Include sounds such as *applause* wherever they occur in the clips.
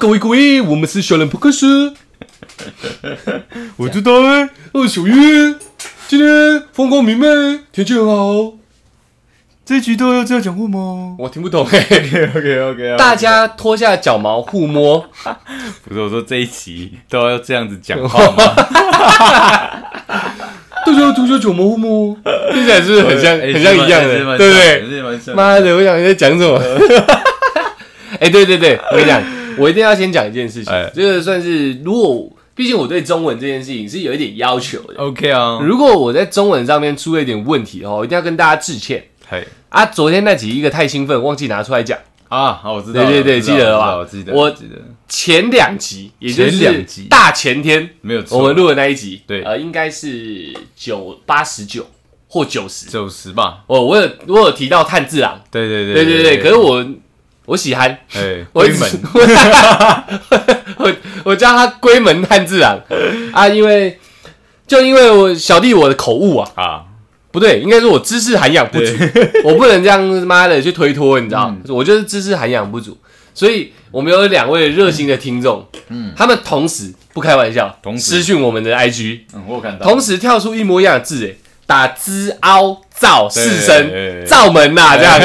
各位各位，我们是小人扑克师， *laughs* 我知道哎，哦，小月，今天风光明媚，天气很好。这一局都要这样讲话吗我听不懂 *laughs* 哎， ？OK OK OK，大家脱下脚毛互摸，不是我说这一集都要这样子讲话吗？大家脱下脚毛互摸， *laughs* 听起来是不是很像哎很像一样是的，蛮对不对？是蛮像的妈的，我想你在讲什么？ *laughs* 哎、对对对，我跟你讲，我一定要先讲一件事情哎，这个算是如果，毕竟我对中文这件事情是有一点要求的。 OK 啊，如果我在中文上面出了一点问题哦，我一定要跟大家致歉嘿啊！昨天那集一个太兴奋，忘记拿出来讲。啊，好，我知道了，对对对我知道记得了吧我知道我我记得，记得前两集，也就前是两集大前天，没有我错，们录的那一集，对呃，应该是九八十九或九十。九十吧，哦，我有我有提到炭治郎，对对对对对对，可是我我喜憨，哎，我龟一直门， *laughs* 我 *laughs* 我叫他龟门炭治郎啊，因为就因为我小弟我的口误啊，啊，不对，应该说我知识涵养不足， *laughs* 我不能这样妈的去推脱，你知道，嗯我就是知识涵养不足，所以我们有两位热心的听众，嗯，他们同时不开玩笑，同时私讯我们的 IG，嗯，我有看到，同时跳出一模一样的字，哎，打之凹造四对对声对造门呐、 *laughs* 这样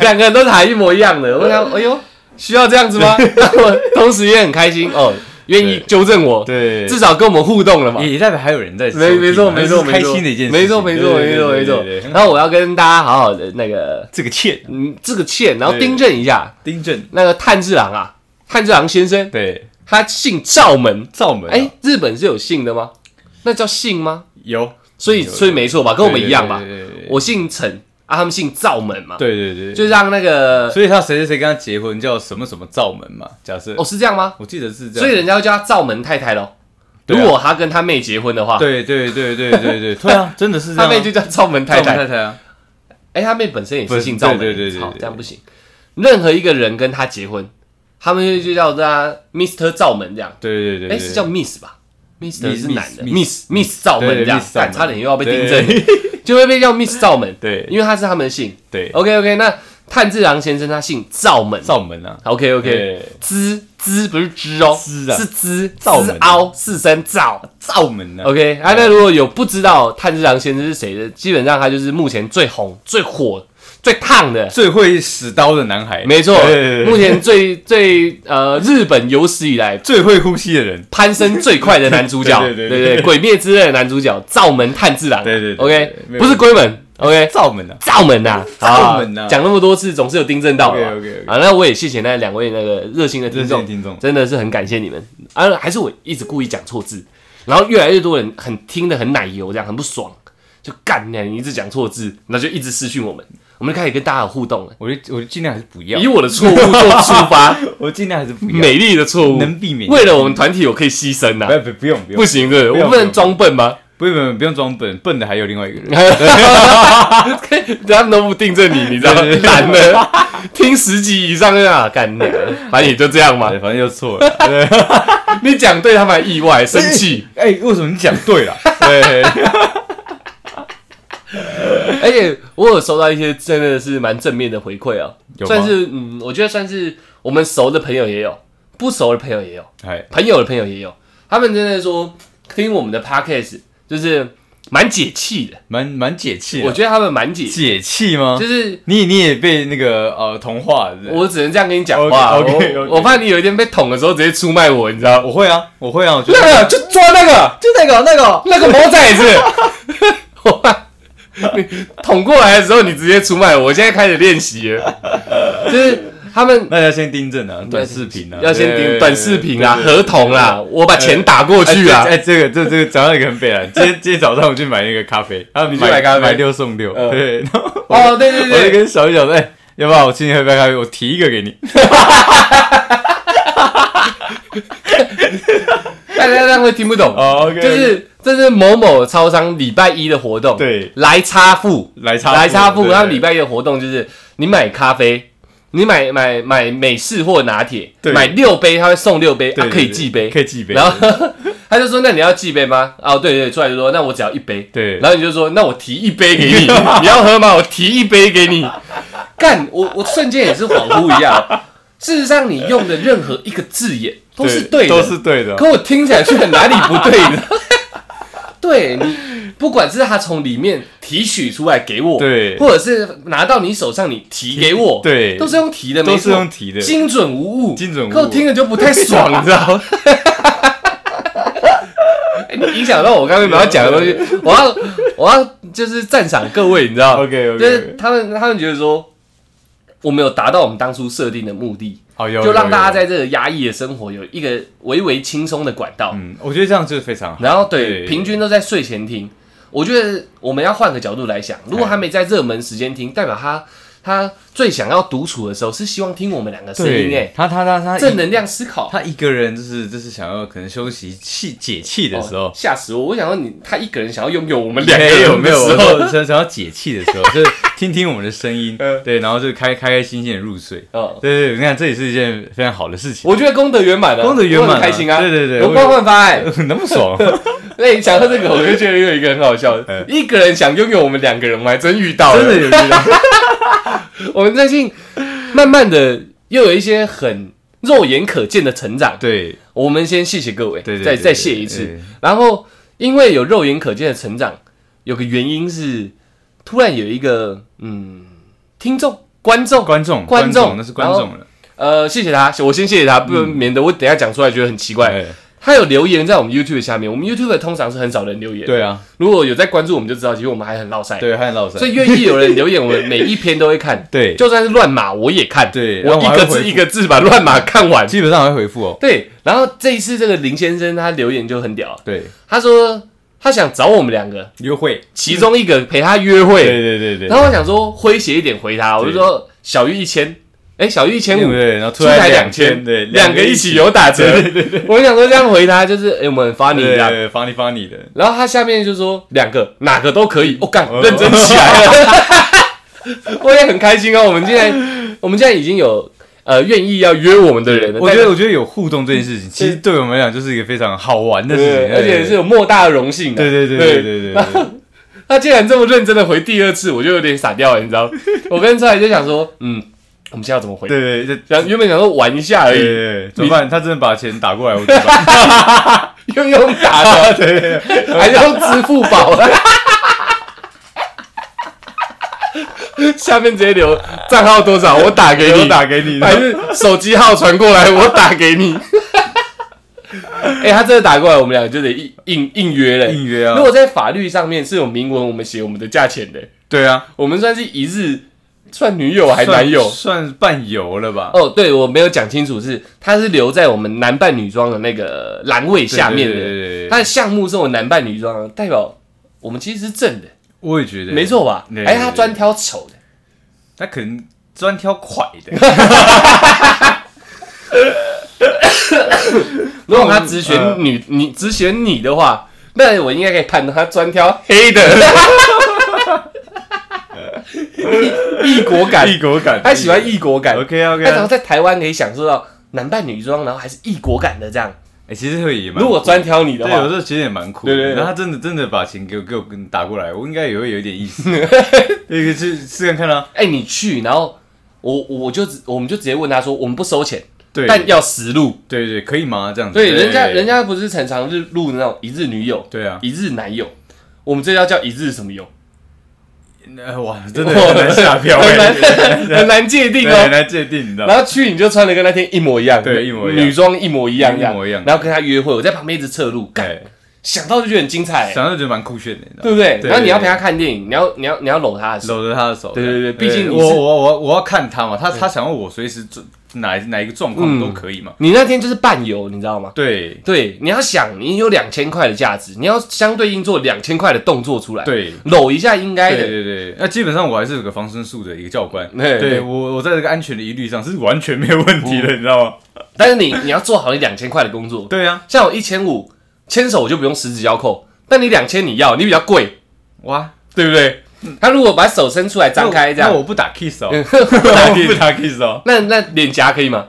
两个人都打一模一样的，我想，哎呦，需要这样子 *laughs* 吗？我同时也很开心哦，愿意对纠正我，对，至少跟我们互动了嘛。也也代表还有人在收听，啊哎没没错这没是错没开错，心的一件事情，没错没错对没对错没错对对对。然后我要跟大家好好的那个这个欠嗯这个歉，然后对订正一下丁正，那个炭治郎啊，炭治郎先生，对，他姓赵门，赵门啊，哎，日本是有姓的吗？那叫姓吗？有所以有所以没错吧，跟我们一样吧。对对对对对我姓陈啊，他们姓赵门嘛，，对对对，就让那个 *laughs* 所以他谁谁谁跟他结婚叫什么什么赵门嘛？假设、哦是这样吗？我记得是这样，所以人家要叫他赵门太太咯。对啊如果他跟他妹结婚的话，，对对对对对 *laughs* 对，对啊，真的是这他样、妹就啊。叫赵门太赵门太。太太啊，哎，他妹本身也不是是姓赵门，对对对对好，对这样不行。任何一个人跟他结婚，他们就叫他 Mr 赵门这样。对对对对，哎，是叫 Miss 吧？Mr Miss，是男的 Miss， ，Miss Miss 赵门对这样， Miss 赵干门差点又要被对订正， *laughs* 就会被叫 Miss 赵门， *laughs* 对因为他是他们的姓。对 OK OK，那炭治郎先生他姓赵门赵门啊。 ，OK OK。对滋滋不是滋哦，滋啊是滋造滋门凹四声造。赵门啊 OK，啊，那如果有不知道炭治郎先生是谁的，基本上他就是目前最红、最火、最烫的，最会使刀的男孩，没错对对对，目前最最呃日本有史以来最会呼吸的人，攀升最快的男主角， *laughs* 对对对对对，鬼灭之刃的男主角灶门炭治郎，对对对对，OK，没有不是龟门，OK，赵门啊，灶门呐，灶门呐好讲那么多次，总是有订正到的嘛。 OK，OK，OK 啊，那我也谢谢那两位那个热心的听热众，心听众真的是很感谢你们啊！还是我一直故意讲错字，然后越来越多人很听得很奶油，这样很不爽，就干你啊，你一直讲错字，那就一直私讯我们，我们就开始跟大家有互动了。我就我就尽量还是不要以，我的错误做出 *laughs* 发，我尽量还是不要，美丽的错误能避免为了我们团体，我可以牺牲呐、不不不用不用不，行的，不要我不能装笨吗？不用不用不用装笨，笨的还有另外一个哎人， *laughs* 他们都不订 *laughs* 正你，你知道吗对对？对懒了，听十集以上啊，干你啊！反正也就这样嘛对。反正就 *laughs* 错了，哎对，你讲对他们还意外生气，哎，为什么你讲对 *laughs* 了？对， *laughs* 而且我有收到一些真的是蛮正面的回馈啊，有吗算是嗯，我觉得算是我们熟的朋友也有，不熟的朋友也有，哎，朋友的朋友也有，他们真的说听我们的 podcast 就是蛮解气的，蛮蛮解气的，我觉得他们蛮解，气，解气吗？就是你你也被那个呃同化，是不是我只能这样跟你讲话， OK，OK，OK 我我怕你有一天被捅的时候直接出卖我，你知道吗？我会啊，我会啊，我觉得那个就抓那个。就那个那个，那个毛崽子， *laughs* 我怕你捅过来的时候，你直接出卖我。我现在开始练习了，就是他们那要先订正啊，短视频啊，要先对订短视频啦、对对对合同啦，我把钱打过哎去啊这。哎，这个这这个早上一个很悲惨，今天今天早上我去买那个 *laughs* 咖啡，他们你去买咖啡买六送六，嗯哎对，然后哦，对对我就对，跟小玉讲说，哎，要不然我请你喝杯咖啡，我提一个给 *laughs* 你，大家这样会听不懂。哦，OK， *laughs* 就是这是某某超商礼拜一的活动，对来插付，来插来插付。对他们礼拜一的活动就是你买咖啡，你买买买美式或拿铁，对买六杯他会送六杯，对啊对可以对寄杯，可以寄杯，然后 *laughs* 他就说：“那你要寄杯吗？”哦，对对，出来就说：“那我只要一杯。”对然后你就说：“那我提一杯给 *laughs* 你，你要喝吗？我提一杯给你。”干，我我瞬间也是恍惚一样，事实上，你用的任何一个字眼都是对的，都是对的。可我听起来却哪里不对呢？ *laughs* 对你，不管是他从里面提取出来给我，对或者是拿到你手上你提给我，对都是用提的，都是没错用提的精准无误，精准无误可我听了就不太爽， *laughs* 你知道吗？哎你影响到我刚刚本来要讲的东西， *laughs* 我要我要就是赞赏各位，你知道吗 OK，OK，OK 就是他们他们觉得说，我们有达到我们当初设定的目的，好，哦有就让大家在在这个压抑的生活有一个微微轻松的管道。嗯，我觉得这样就是非常好。然后对，对平均都在睡前听。我觉得我们要换个角度来想，如果他没在热门时间听，代表他他最想要独处的时候是希望听我们两个声音，对哎，，他他他他正一能量思考。他一个人就是就是想要可能休息气解气的时哦候，吓死我！我想说你，他一个人想要拥有我们两个没有人没的有，时我候，说 *laughs* 想想要解气的时 *laughs* 候，就是听听我们的声音嗯，对，然后就开开开心心的入睡。哦，对对，对你看这也是一件非常好的事情，我觉得功德圆满了，功德圆满我了很开心啊！对对对容光焕发哎！ *laughs* 那么 *laughs* 爽，那你讲到这个，我就觉得又有一个很好笑的嗯，一个人想拥有我们两个人，我们还真遇到了，真的有遇到。我们最近慢慢的又有一些很肉眼可见的成长。 *laughs* 对我们先谢谢各位，对对再对再对谢一次对。然后因为有肉眼可见的成长，有个原因是突然有一个嗯听众观众观众观众那是观众了，呃谢谢他，我先谢谢他，不然嗯免得我等一下讲出来觉得很奇怪。对他有留言在我们 YouTube 下面，我们 YouTube 通常是很少人留言，对啊，如果有在关注我们就知道，其实我们还很落塞。对汉老师所，以愿意有人留言，我们每一篇都会看。对，就算是乱码我也看，对我然后一我还个会字回复一个字把乱码看完。基本上还会回复哦。对，然后这一次这个林先生他留言就很屌，对，他说他想找我们两个，约会，其中一个陪他约会，对对对然后我想说诙谐一点回他，我就说小玉一千，哎，小玉一千对五。对，然后出突台然两千，千，对，两个一起有打折。我就想说这样回他就是，哎，我们发你一对，对样。对，防你防你的，然后他下面就说两个哪个都可以，我、哦、干哦认真起来了， *laughs* 我也很开心哦。我们现在我们现在已经有呃愿意要约我们的人了，我觉代得，表我觉得有互动这件事情，其实对我们来讲就是一个非常好玩的事对情，哎而且是有莫大的荣幸的。啊对，对对对对对对对对， *laughs* 他竟然这么认真的回第二次，我就有点傻掉了，你知道？我跟出来就想说，嗯，我们现在要怎么回？对对对想原本想说玩一下而对已，对，怎么办？他真的把钱打 *laughs* 过来，我怎么办？ *laughs* 又用打 *laughs* 的，还用支付宝。 *laughs* 下面直接留账号多 *laughs* 少，我打给我你，打给你，还是手机号传过来，我打给 *laughs* 你。哎、他真的打过来，我们俩就得应应应约了。应约啊如，果在法律上面是有明文，我们写我们的价钱的，对啊，我们算是一日算女友还男友。算算伴游了吧？哦，对，我没有讲清楚是，他是留在我们男扮女装的那个栏位下面对对的，对对对他的项目是我男扮女装的，代表我们其实是正的，我也觉得没，错吧？对对还是他对对专挑丑的？他可能专挑快 *laughs* 的，如果他只选女，嗯你只选你的话，那我应该可以判断他专挑黑 *laughs* 的，异异国感，异国感，他喜欢异国感。 OK 啊 OK 他然后啊，在台湾可以享受到男扮女装，然后还是异国感的这样。哎，其实会也蛮如果专挑你的对，有话，时候其实也蛮酷。对对对然后他真的真的把钱给我给我跟打过来，我应该也会有一点 *laughs* 意思。那个去试看看啊。哎，你去，然后我我就直我们就直接问他说，我们不收钱，对，但要实录。对对可以吗？这样子。对，人家人家不是常常日录那种一日女友、对啊，一日男友，我们这要叫一日什么友？呃哇，真的很难下 *laughs* 标，很难哎很难界定对哦。很难界定，你知道吗然？后去你就穿的跟那天一模一样，对一模一样女装一模一样，一模一样然后跟他约会，我在旁边一直侧录，干，对，想到就觉得很精彩，想到觉得蛮酷炫的，你知道对吗？不对？对然后你要陪他看电影，你要你要你要搂他的手，搂着他的手，对对对毕竟你我是我我我要看他嘛，他他想要我随时做哪哪一个状嗯况都可以嘛。你那天就是伴游，你知道吗？对对，你要想你有两千块的价值，你要相对应做两千块的动作出来，，对，搂一下应该对的，对对，那基本上我还是有个防身术的一个教官， *laughs* 对对对我我在这个安全的疑虑上是完全没有问题的，你知道吗？但是你你要做好你两千块的工作，对啊，像我一千五牵手我就不用十指交扣，但你两千你要，你比较贵，哇，对不对？他如果把手伸出来张开这样嗯那，我不 *laughs* 打 kiss 哦，嗯我不打 kiss 哦，那那脸颊可以吗？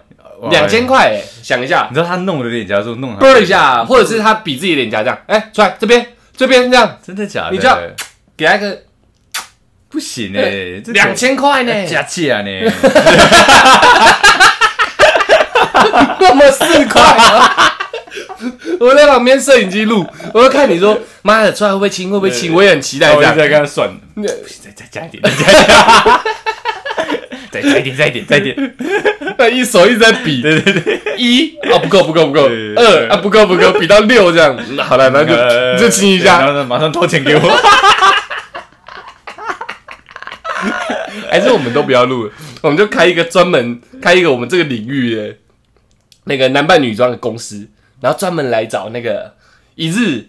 两千，块、哎欸，想一下你，知道他弄了脸颊之后弄他，啵一下，或者是他比自己脸颊这样，哎、出来这边这边这样，真的假的？你知道给他一个不欸行哎，这欸 *laughs* 两千块呢，假假呢？那么四块啊！ *laughs* 我在旁边摄影机录，我就看你说，妈的，出来会不会亲？会不会亲？我也很期待然后这我就样。在跟他算，不行再再加一点， *laughs* 再加一点，再加一点，再一点，再一点，那一手一直在 *laughs* 比，对对对， *laughs* 一啊不够不够不够，对对对二啊不够不够，比到六这样。嗯好了，那呃就就亲一对下，然后马上掏 *laughs* 钱给我，还是我们都不要录了，我们就开一个专门开一个我们这个领域的那个男扮女装的公司，然后专门来找那个一日，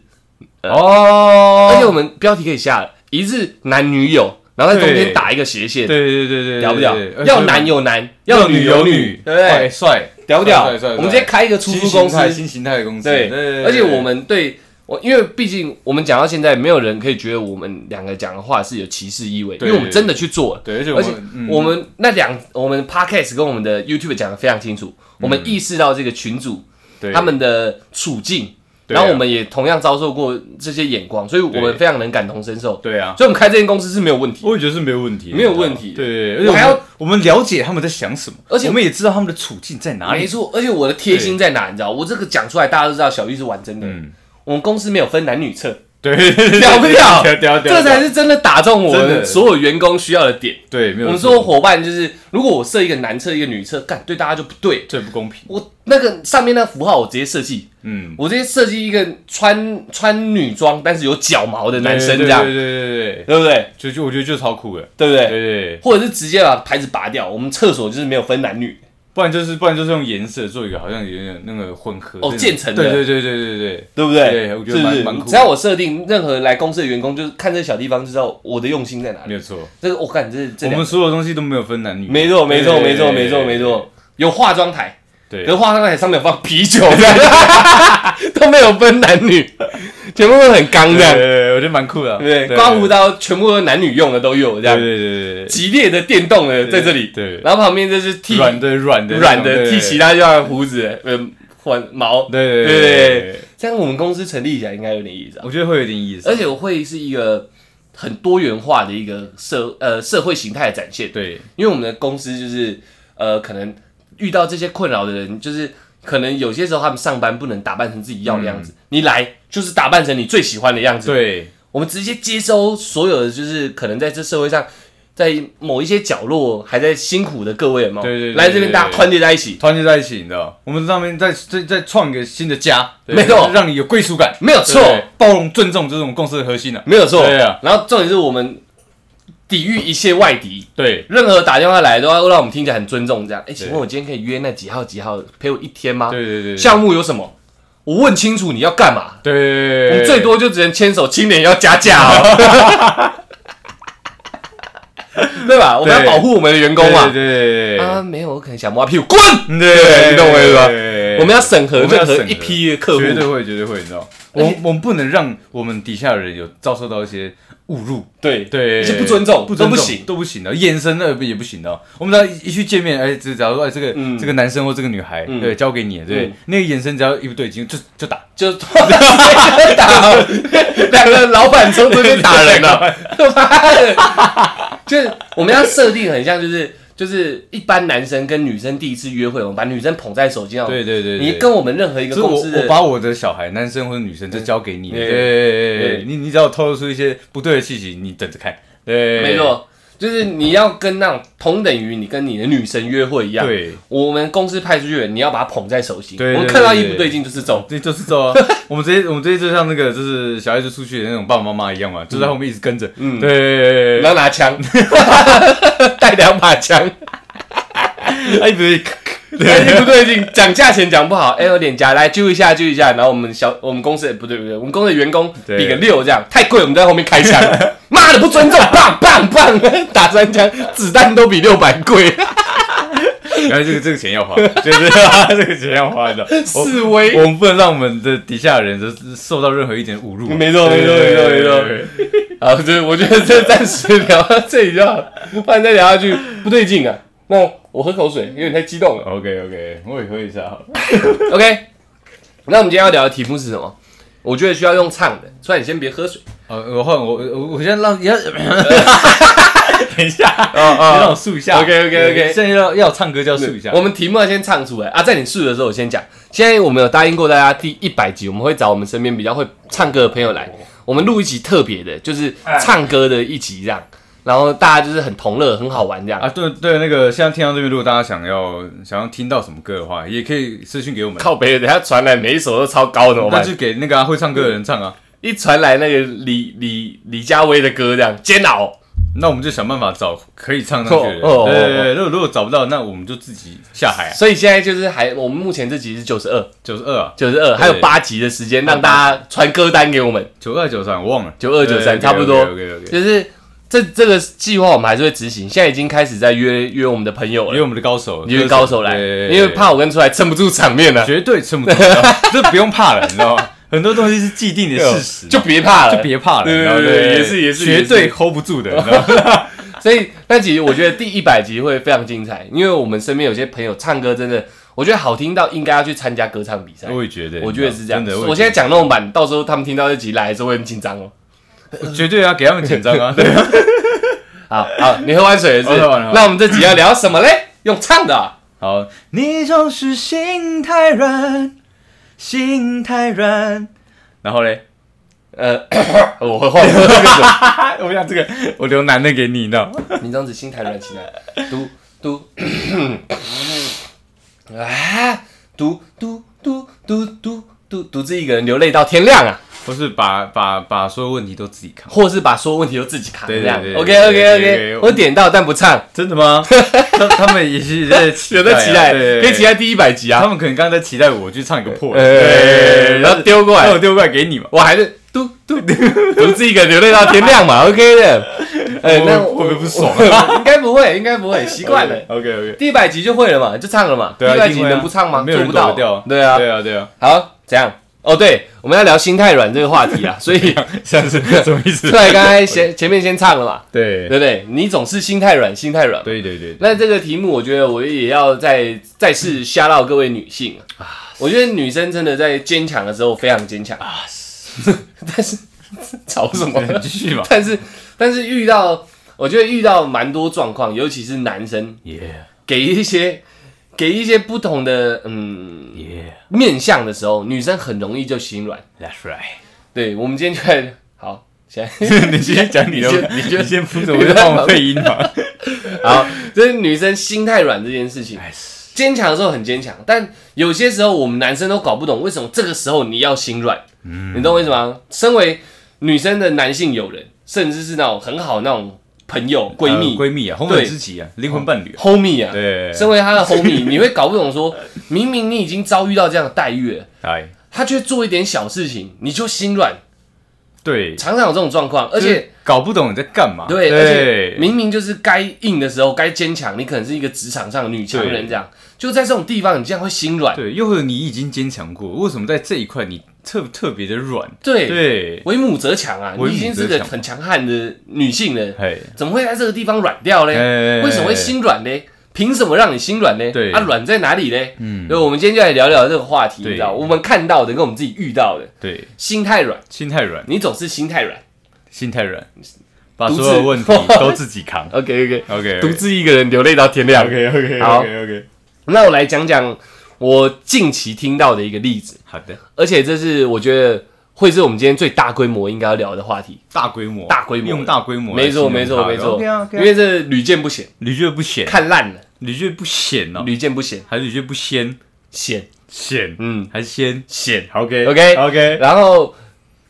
哦而且我们标题可以下了，一日男女友，然后在中间打一个斜线，对对对对对，屌不屌对对？对要男有男，要要女有女，对不帅对？帅，屌不屌？帅帅帅帅我们直接开一个出租新公形司，态新形态的公司，对，对，而且我们对我，因为毕竟我们讲到现在，没有人可以觉得我们两个讲的话是有歧视意味，因对为我们真的去做了。对，而且而且嗯我们那两我们 podcast 跟我们的 YouTube 讲的非常清楚，我们意识到这个群主嗯对他们的处境，对啊然后我们也同样遭受过这些眼光，所以我们对非常能感同身受。对啊，所以我们开这间公司是没有问题，我也觉得是没有问题，啊没有问题对，而且我我还还要要我们了解他们在想什么，而且我们也知道他们的处境在哪没里。啊错。而且我的贴心在哪，你知道，我这个讲出来大家都知道，小玉是玩真的。嗯我们公司没有分男女厕，对，屌屌不屌？ *laughs* 屌屌，这才是真的打中我真们的所有员工需要的点。对，没有我们错说伙伴就是，如果我设一个男厕一个女厕，干对大家就不对。最不公平。我那个上面那符号我直接设计，嗯，我直接设计一个穿穿女装但是有脚毛的男生这对样，对对对对，对不对？就就我觉得就超酷的，对不对对？对，或者是直接把牌子拔掉，我们厕所就是没有分男女。不然就是不然就是用颜色做一个好像有点那个混合哦这种渐层的对对对对对对对不对？对我觉是得不是蛮蛮酷的只要我设定任何来公司的员工，就是看这小地方就知道我的用心在哪对，里。没有错，这个我感觉这这我两们所有东西都没有分男女，没错，没错，对没错，没错，没，错。有化妆台，对可是化妆台上面有放啤酒， *laughs* 这样都没有分男女，全部都很刚这对对，样。对我觉得蛮酷的啊，对，刮胡刀全部都是男女用的都有这对，样。对对对对激烈的电动 네.的在这里，对然后旁边就是剃对，软的软的软那种的剃其，他地方的胡子，呃，换毛。对对对对对对对对，这样我们公司成立起来应该有点意思啊。我觉得会有点意思，而且我会是一个很多元化的一个社呃社会形态的展现。对因为我们的公司就是呃，可能遇到这些困扰的人，就是可能有些时候他们上班不能打扮成自己要的样子，你来就是打扮成你最喜欢的样子。嗯对我们直接接收所有的，就是可能在这社会上，在某一些角落还在辛苦的各位有没有？对对对来这边大家团结在一起，团结在一起，你知道，我们上面再再再创一个新的家，对没错让你有归属感，没有对错，对包容尊重这种公司的核心呢，没有错。对啊然后重点是我们抵御一切外敌。对，任何打电话来都要让我们听起来很尊重，这样。哎、请问我今天可以约那几号几号陪我一天吗？对对对，项目有什么？我问清楚你要干嘛，对对，我对们最多就只能牵手，亲脸要加价哦， *laughs* 对吧？我们要保护我们的员工嘛。对对对对啊，没有，我可能想摸他屁股，滚！对对对，你懂我意思吧对我们要审核我们任要审何核一批的客户，绝对会，绝对会，你知道，我们我们不能让我们底下的人有遭受到一些误入，对对，而且不尊重不尊都不重行都不行的，眼神那也不行的。我们只要一一去见面，哎，只假如说哎这个嗯这个男生或这个女孩，嗯对，交给你，对嗯，那个眼神只要一不对劲，就就 *laughs* 打，就打两个老板从中间打人啊 *laughs* 了，妈的！就是我们要设定很像，就是就是一般男生跟女生第一次约会，我们把女生捧在手机上， *laughs* 对对对，对你跟我们任何一个就是公我司的嗯我把我的小孩，男生或者女生，就交给你，对对对对对对，你你只要透露出一些不对的气息，你等着看，对，没，错，就是你要跟那种同等于你跟你的女神约会一样。对，我们公司派出去的人，你要把他捧在手心。对对我们看到一不对劲就是走。这就是这啊， *laughs* 我们直接我们直接就像那个就是小孩子出去的那种爸爸妈妈一样嘛，就在后面一直跟着，嗯嗯，对对，然后拿 *laughs* 枪，带两把枪，哎不对， *laughs* 哎一不对劲，讲价钱讲不好，哎，有点假，来揪一下，揪一下。然后我们小，我们公司不对不对，我们公司的员工对比个六这样，太贵，我们在后面开 *laughs* 枪，妈的不尊重，棒棒棒， *laughs* 打三枪，子弹都比六百贵，然后这个这个 *laughs* 钱要花，就是这个钱要花的，我示威。我们不能让我们的底下人就是受到任何一点侮辱，没错对没错没错没错对对对啊，对，我觉得这暂时聊到这里就好了，不然再聊下去不对劲啊。那我喝口水，有点太激动了。 OK OK，我也喝一下好了， OK，那我们今天要聊的题目是什么？我觉得需要用唱的，所以你先别喝水。呃，我换我我我先让你要， *laughs* 等一下，哦有哦那种树下。 OK，OK，OK 对现在要要唱歌就要树下我。们题目要先唱出来啊，在你试的时候，我先讲。现在我们有答应过大家，第一百集我们会找我们身边比较会唱歌的朋友来，哦我们录一集特别的，就是哎唱歌的一集这样，然后大家就是很同乐，很好玩这样。啊，对对，那个现在听到这边，如果大家想要想要听到什么歌的话，也可以私信给我们。靠北，等下传来每一首都超高的，我那们就给那个、啊、会唱歌的人唱啊。一传来那个李李李佳薇的歌这样，煎熬。那我们就想办法找可以唱上去的人。哦哦哦对对对，如果如果找不到，那我们就自己下海、啊。所以现在就是还，我们目前这集是九十二，九十二啊，九十二，还有八集的时间让大家传歌单给我们，九二九三，我忘了。 92 93差不多 OK OK。就是这这个计划我们还是会执行，现在已经开始在约约我们的朋友因为了，我们的高手，约高手来，对因为怕我跟出来撑不住场面啊了，绝对撑不住，你知道吗 *laughs* 这不用怕了，你知 *laughs* 道吗？很多东西是既定的事实，就别怕了，就别怕了，对你知道吗对对也是也是绝也对是 hold 不住的，你 *laughs* 知道吗？所以那集我觉得第一百集会非常精彩，因为我们身边有些朋友唱歌真的，我觉得好听到应该要去参加歌唱比赛。我也觉得，我觉得是这样真的，。我现在讲那种版，到时候他们听到这集来的时候会很紧张哦。在绝对要给他们紧张 *laughs* 啊！对啊好好，你喝完水了是不是？我喝完了那我们这集要聊什么嘞？用唱的啊、好，你总是心太软，心太软。然后嘞，呃，我会换歌那种。啊我想这个，我留男的给你，你知道吗？你这样子心太软，心太嘟嘟，啊，嘟嘟嘟嘟嘟嘟独自一个人流泪到天亮啊，不是把把把所有问题都自己扛，或是把所有问题都自己扛这对对样。对 OK OK 对对 OK，对我点到但不唱，真的吗？他他们也是在期有待啊在期待，对可以期待第一百集他啊。们可能刚刚在期待我去唱一个破，呃，然后丢过然后来我，丢过来给你嘛。我还是嘟嘟嘟独自一个人流泪到天亮 *laughs* 嘛。OK 的，呃，那会会不会不爽啊？应该不会，应该不会，习惯了。 OK OK，第一百集就会了嘛，就唱了嘛。对啊第一百一集定会啊能不唱吗？没有做人不到躲得掉。对啊，对啊对啊，好，怎样？哦，对，我们要聊心太软这个话题 *laughs* 啊，所以像是什么意思？对，刚才前前面先唱了嘛，对对不对？你总是心太软，心太软。对对对对，那这个题目，我觉得我也要再再次吓到各位女性啊！我觉得女生真的在坚强的时候非常坚强啊， *laughs* 但是 *laughs* 吵什 *laughs* 么？继续嘛。但是但是遇到，我觉得遇到蛮多状况，尤其是男生耶给一些 *laughs* 给一些不同的嗯耶面相的时候，女生很容易就心软。 ，That's right。对，我们今天就来好，现在 *laughs* 你继续讲你的你先，你就先负责，我就帮我配音嘛。好，就是女生心太软这件事情，坚强的时候很坚强，但有些时候我们男生都搞不懂为什么这个时候你要心软，嗯你懂我意思吗？身为女生的男性友人，甚至是那种很好的那种朋友、闺蜜、呃闺蜜啊，红粉知己啊，灵魂伴侣啊。 homie 啊，对，身为他的 homie，你会 *laughs* 搞不懂说，明明你已经遭遇到这样的待遇了，哎，他却做一点小事情你就心软，对，常常有这种状况，而就且是。搞不懂你在干嘛。对，而且对，明明就是该硬的时候，该坚强，你可能是一个职场上的女强人，这样就在这种地方，你竟然会心软。对，又或者你已经坚强过，为什么在这一块你特特别的软？对，对，为母则强啊，为母则强你已经是个很强悍的女性了，哎，怎么会在这个地方软掉嘞？哎为什么会心软嘞？凭什么让你心软嘞？对啊，软在哪里嘞？嗯，所以我们今天就来聊聊这个话题，你对知道，我们看到的跟我们自己遇到的，对，心太软，心太软，你总是心太软。心太软，*laughs* 把独自。所有问题都自己扛 OK OK， OK，独自一个人流泪到天亮。 OK OK 好 OK OK，那我来讲讲我近期听到的一个例子。好的，而且这是我觉得会是我们今天最大规模应该要聊的话题。大规模，大规模用大规模来没形错，容它，没错，没错 OK 啊，，OK 啊因为这屡见不鲜，屡虐不鲜，看烂了，屡虐不鲜哦，屡见不鲜，还是屡虐不鲜，鲜，鲜，嗯，还是鲜鲜。 ？OK OK OK，然后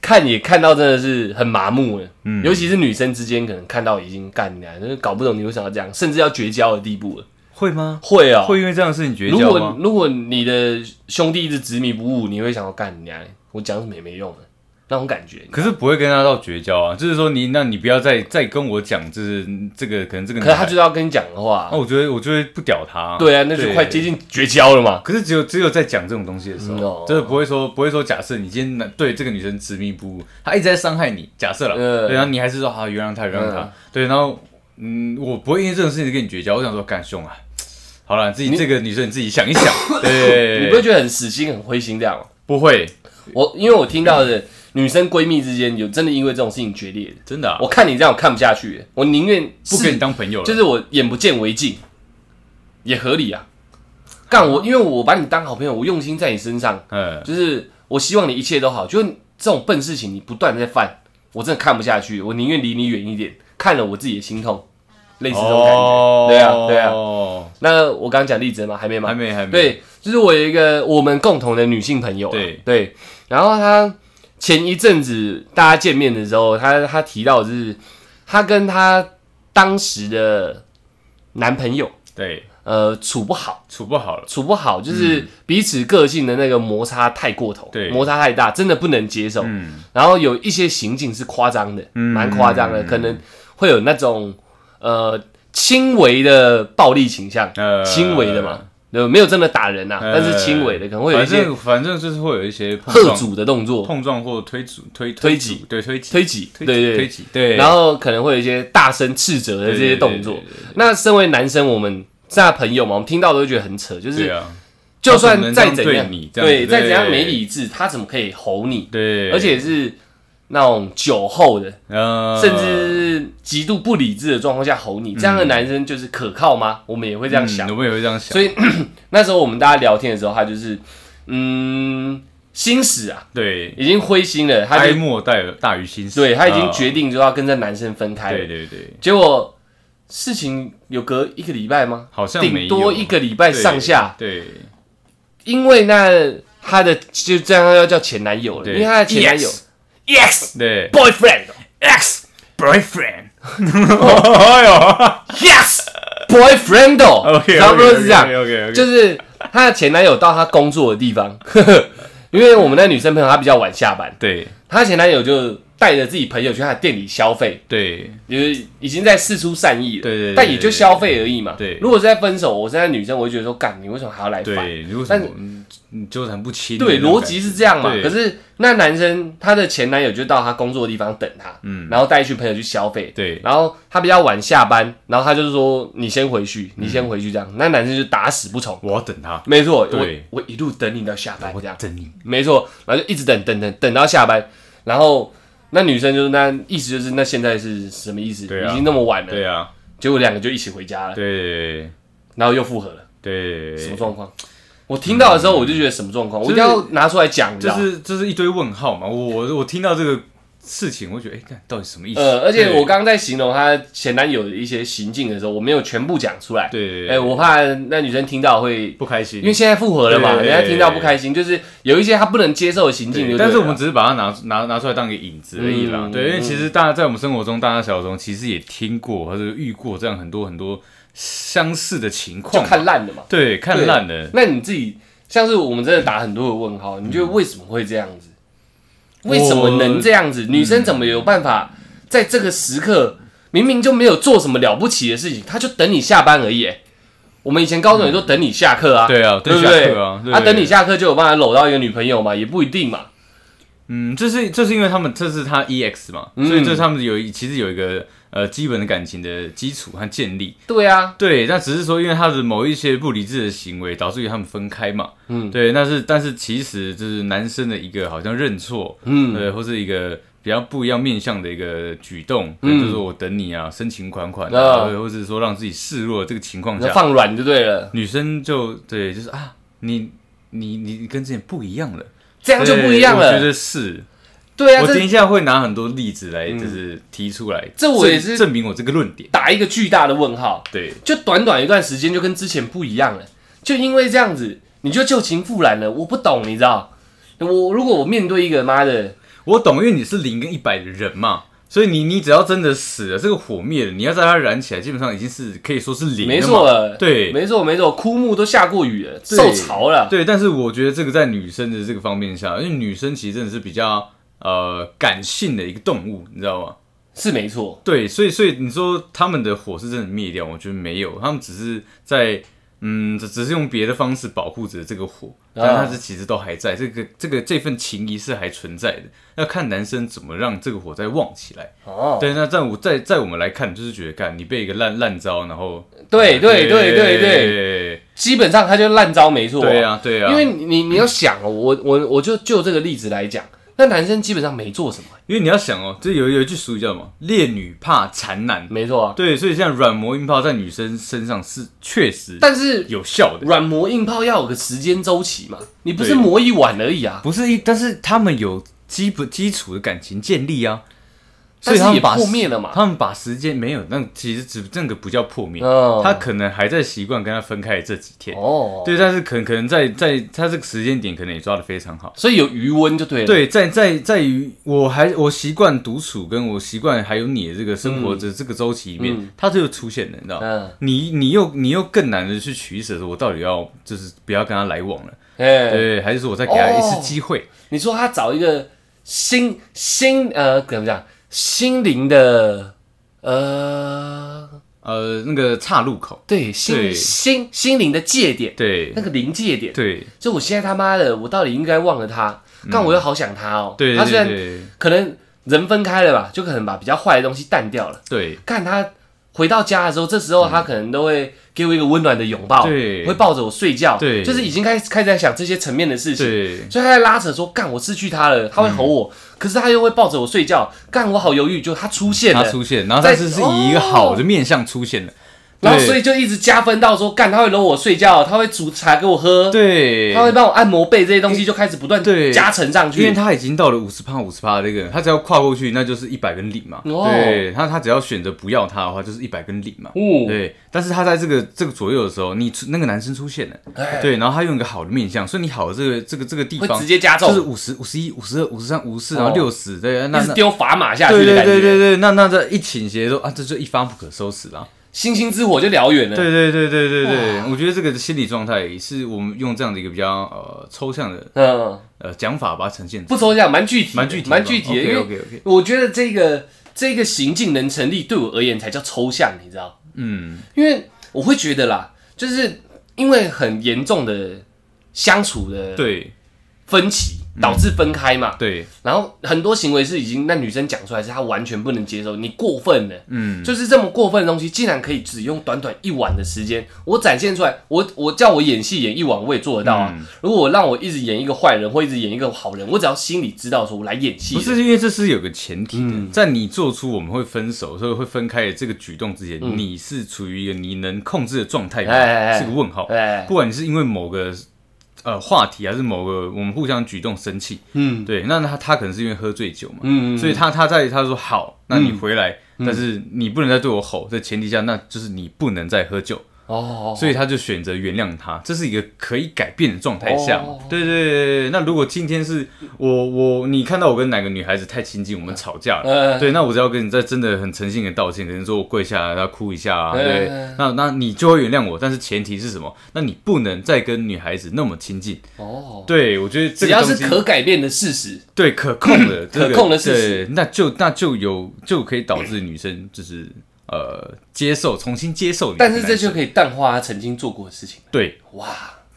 看也看到真的是很麻木了，嗯尤其是女生之间，可能看到已经干你啊，就是搞不懂你为什么要这样，甚至要绝交的地步了。会吗？会哦，会因为这样的事情绝如交果吗？如果你的兄弟一直执迷不悟，你会想要干你啊，我讲什么也没用的那种感觉。可是不会跟他到绝交啊，就是说你，那你不要再再跟我讲，就是这个可能这个可女是他孩，就是要跟你讲的话啊那，我觉得我就会不屌他，对啊，那就快接近绝交了嘛。可是只有只有在讲这种东西的时嗯哦候，就是不会说不会说，假设你今天对这个女生执迷不悟，她一直在伤害你，假设了，嗯对，然后你还是说好原谅她，原谅嗯她，对，然后嗯，我不会因为这种事情跟你绝交，我想说干凶啊，好了，自己这个女生你自己想一想， *coughs* 你对，不会觉得很死心、很灰心这样吗？不会，我因为我听到的女生闺蜜之间有真的因为这种事情决裂的。真的、啊，我看你这样，我看不下去，我宁愿不跟你当朋友了，就是我眼不见为净，也合理啊。干我，因为我把你当好朋友，我用心在你身上，嗯，就是我希望你一切都好。就是这种笨事情，你不断的在犯，我真的看不下去，我宁愿离你远一点，看了我自己也心痛，类似这种感觉。哦对啊对啊啊，那我刚刚讲例子了吗？还没吗？还没还没，，对，就是我有一个我们共同的女性朋友、啊，对对，然后她前一阵子大家见面的时候，她她提到就是她跟她当时的男朋友对，呃处不好，处不好了，处不好就是彼此个性的那个摩擦太过头，嗯对摩擦太大，真的不能接受。嗯，然后有一些行径是夸张的，嗯蛮夸张的，可能会有那种呃轻微的暴力倾向，呃轻微的嘛，对，没有真的打人呐、啊，呃但是轻微的，可能会有一反些正反正就是会有一些碰喝撞、阻的动作，碰撞或推阻、推推阻挤，对推挤、推挤，对推挤、推对挤，对，对，然后可能会有一些大声斥责的这对些动作对。对对对那身为男生，我们是他朋友嘛，我们听到都会觉得很扯，就对是啊，就算再他怎怎么能这样样对你，这样子对，再怎样对没理智，他怎么可以吼你？对，而且是那种酒后的，呃，甚至是极度不理智的状况下吼你，这样的男生就是可靠吗？我们也会这样想嗯。我们也会这样想，所以那时候我们大家聊天的时候，他就是嗯心死啊，对，已经灰心了，他哀就莫大于大于心死，对他已经啊决定就要跟这男生分开了。对对对，结果事情有隔一个礼拜吗？好像顶没有多一个礼拜上下，，对，对因为那他的就这样要叫前男友了，对因为他的前男友 Yes，对 boyfriend ，X boyfriend，哎 yes boyfriend，哦呦，OK， *laughs* 差不多是这样。 ，OK，就是她的前男友到她工作的地方， *laughs* 因为我们那女生朋友她比较晚下班， *laughs* 对她前男友就带着自己朋友去她的店里消费，对就是已经在试出善意了，对对对但也就消费而已嘛。对如果是在分手，我现在女生我会觉得说，干你为什么还要来烦？对，你为什但么嗯你纠缠不清？对，逻辑，是这样嘛。对可是那男生她的前男友就到她工作的地方等她，嗯，然后带去朋友去消费。对然后她比较晚下班，然后她就是说你先回去，你先回去这样。那男生就打死不从，我要等他，没错，我嗯对我一路等你到下班我这样，等你，没错，然后就一直等等等等到下班，然后那女生就是那意思就是那现在是什么意思？对啊已经那么晚了，对啊，结果两个就一起回家了，对然后又复合了，对，嗯什么状况？我听到的时候我就觉得什么状况，我一就是定要拿出来讲，你知就道吗？是这是一堆问号嘛，我我我听到这个事情，我觉得哎，看到底什么意思？呃，而且对我刚刚在形容她前男友的一些行径的时候，我没有全部讲出来，对，哎，我怕那女生听到会，不开心，因为现在复合了嘛，对人家听到不开心，就是有一些她不能接受的行径就对了，对，但是我们只是把它拿拿拿出来当一个引子而已啦。啊嗯对，因为其实大家在我们生活中，大大小小中其实也听过或者遇过这样很多很多相似的情就况嘛。看烂了嘛。对，看烂了。那你自己像是我们真的打很多的问号，你觉得为什么会这样子？为什么能这样子？女生怎么有办法在这个时刻明明就没有做什么了不起的事情，她就等你下班而已、欸我们以前高中也都等你下课啊，对啊，对等不下对？课啊，对等你。下课就有办法搂到一个女朋友嘛？也不一定嘛。嗯，这是这是因为他们这是他 EX 嘛，嗯所以这是他们有一其实有一个呃基本的感情的基础和建立。对啊，对，那只是说因为他的某一些不理智的行为，导致于他们分开嘛。嗯对，那是但是其实就是男生的一个好像认错，嗯对，或是一个比较不一样面向的一个举动，嗯对就是我等你啊，深情款款啊啊，对或者说让自己示弱的这个情况你下，放软就对了，女生就对，就是啊，你你你你跟之前不一样了，这样就不一样对我觉了。得是，对啊，我这嗯等一下会拿很多例子来就是提出来，这我也是证证明我这个论点。打一个巨大的问号。对，就短短一段时间就跟之前不一样了，就因为这样子你就旧情复燃了，我不懂，你知道？我如果我面对一个妈的，我懂，因为你是零跟一百的人嘛，所以你你只要真的死了，这个火灭了，你要再把它燃起来，基本上已经是可以说是零了嘛。没错了，对没错没错，枯木都下过雨了，受潮了，对，但是我觉得这个在女生的这个方面下，因为女生其实真的是比较呃感性的一个动物，你知道吗？是没错，对，所以所以你说他们的火是真的灭掉，我觉得没有，他们只是在嗯，只只是用别的方式保护着这个火，但啊它是其实都还在，这个这个这份情谊是还存在的。要看男生怎么让这个火再旺起来。哦，对，那在我在在我们来看，就是觉得干你被一个烂烂招，然后对对对对对，对基本上他就烂招没错，对啊对啊，因为你你你要想哦，我我我就就这个例子来讲，那男生基本上没做什么，因为你要想哦，这有有一句俗语叫什么“烈女怕缠男没错啊”，。对，所以像软磨硬泡在女生身上是确实但是有效的，软磨硬泡要有个时间周期嘛，你不是对磨一晚而已啊。不是一，但是他们有基本基础的感情建立啊，所但以是他也们把破灭了嘛他们把时间没有，那其实只这个不叫破灭，哦他可能还在习惯跟他分开的这几天，哦，对，但是可能可能在在他这个时间点可能也抓的非常好。所以有余温就对了。，对，在在在于我还我习惯独处，跟我习惯还有你的这个生活的这个周期里面，它就出现了，你知道吗？嗯，你你又你又更难的去取舍，我到底要就是不要跟他来往了，哎，对，还是说我再给他一哦次机会？你说他找一个心心呃怎么讲心灵的呃呃，那个岔路口，对心对心心灵的界点，对那个临界点。对就我现在他妈的，我到底应该忘了他，但我又好想他哦。嗯对他虽对然对可能人分开了吧，就可能把比较坏的东西淡掉了。对看他回到家的时候，这时候他可能都会给我一个温暖的拥抱，嗯对会抱着我睡觉，对就是已经开始开始在想这些层面的事情。对嗯所以他在拉扯说：“干，我失去他了，他会吼我，可是他又会抱着我睡觉，干，我好犹豫。”就他出现他了，出现，然后但是在是以一个哦好的面相出现的，然后对所以就一直加分到说：“干，他会搂我睡觉，他会煮茶给我喝，对，哦他会帮我按摩背，这些东西就开始不断对加成上因为去。他已经到了五十趴五十趴的那个，他只要跨过去，那就是一百跟零嘛。哦对，他他只要选择不要他的话，就是一百跟零嘛。哦对，但是他在这个这个左右的时候，你出那个男生出现了，对，然后他用一个好的面相，所以你好的这个这个这个地哎会方直接哦加重就是五十五十一、五十二、五十三、五十四，然后六十，一对，那那直丢砝码下对去的对感觉，对对对，那那这一倾斜之后啊，这就一发不可收拾啦。星星之火就燎原了。对对对对对对，我觉得这个心理状态是我们用这样的一个比较呃抽象的嗯，呃讲法把它呈现出来，不抽象，蛮具体的，蛮具体的吧，嗯蛮具体的，因为 OK OK OK，我觉得这个这个行径能成立，对我而言才叫抽象，你知道？嗯。因为我会觉得啦，就是因为很严重的相处的对分歧嗯导致分开嘛，对，然后很多行为是已经那女生讲出来是她完全不能接受，你过分了。嗯，就是这么过分的东西，竟然可以只用短短一晚的时间，我展现出来，我我叫我演戏演一晚，我也做得到啊。嗯如果我让我一直演一个坏人，或一直演一个好人，我只要心里知道说我来演戏不的，是因为这是有个前提的，在你做出我们会分手，所以会分开的这个举动之前，你是处于一个你能控制的状态吗？哎哎哎是个问号。哎，不管你是因为某个呃话题，还是某个我们互相举动生气，嗯对，那他他可能是因为喝醉酒嘛，嗯，所以他他在他说好，那你回来，但是你不能再对我吼的前提下，那就是你不能再喝酒。哦，所以他就选择原谅他，这是一个可以改变的状态下嘛。哦对对对对，那如果今天是我我你看到我跟哪个女孩子太亲近，我们吵架了，呃，对，那我只要跟你在真的很诚信的道歉，可能说我跪下来，她哭一下啊，嗯对嗯，那那你就会原谅我，但是前提是什么？那你不能再跟女孩子那么亲近。哦，对，我觉得只这个要东西是可改变的事实，对可控 *clears throat* 的这个可控的事实对那就那就有就可以导致女生就是呃接受重新接受你的但男是生，这就可以淡化他曾经做过的事情。对哇，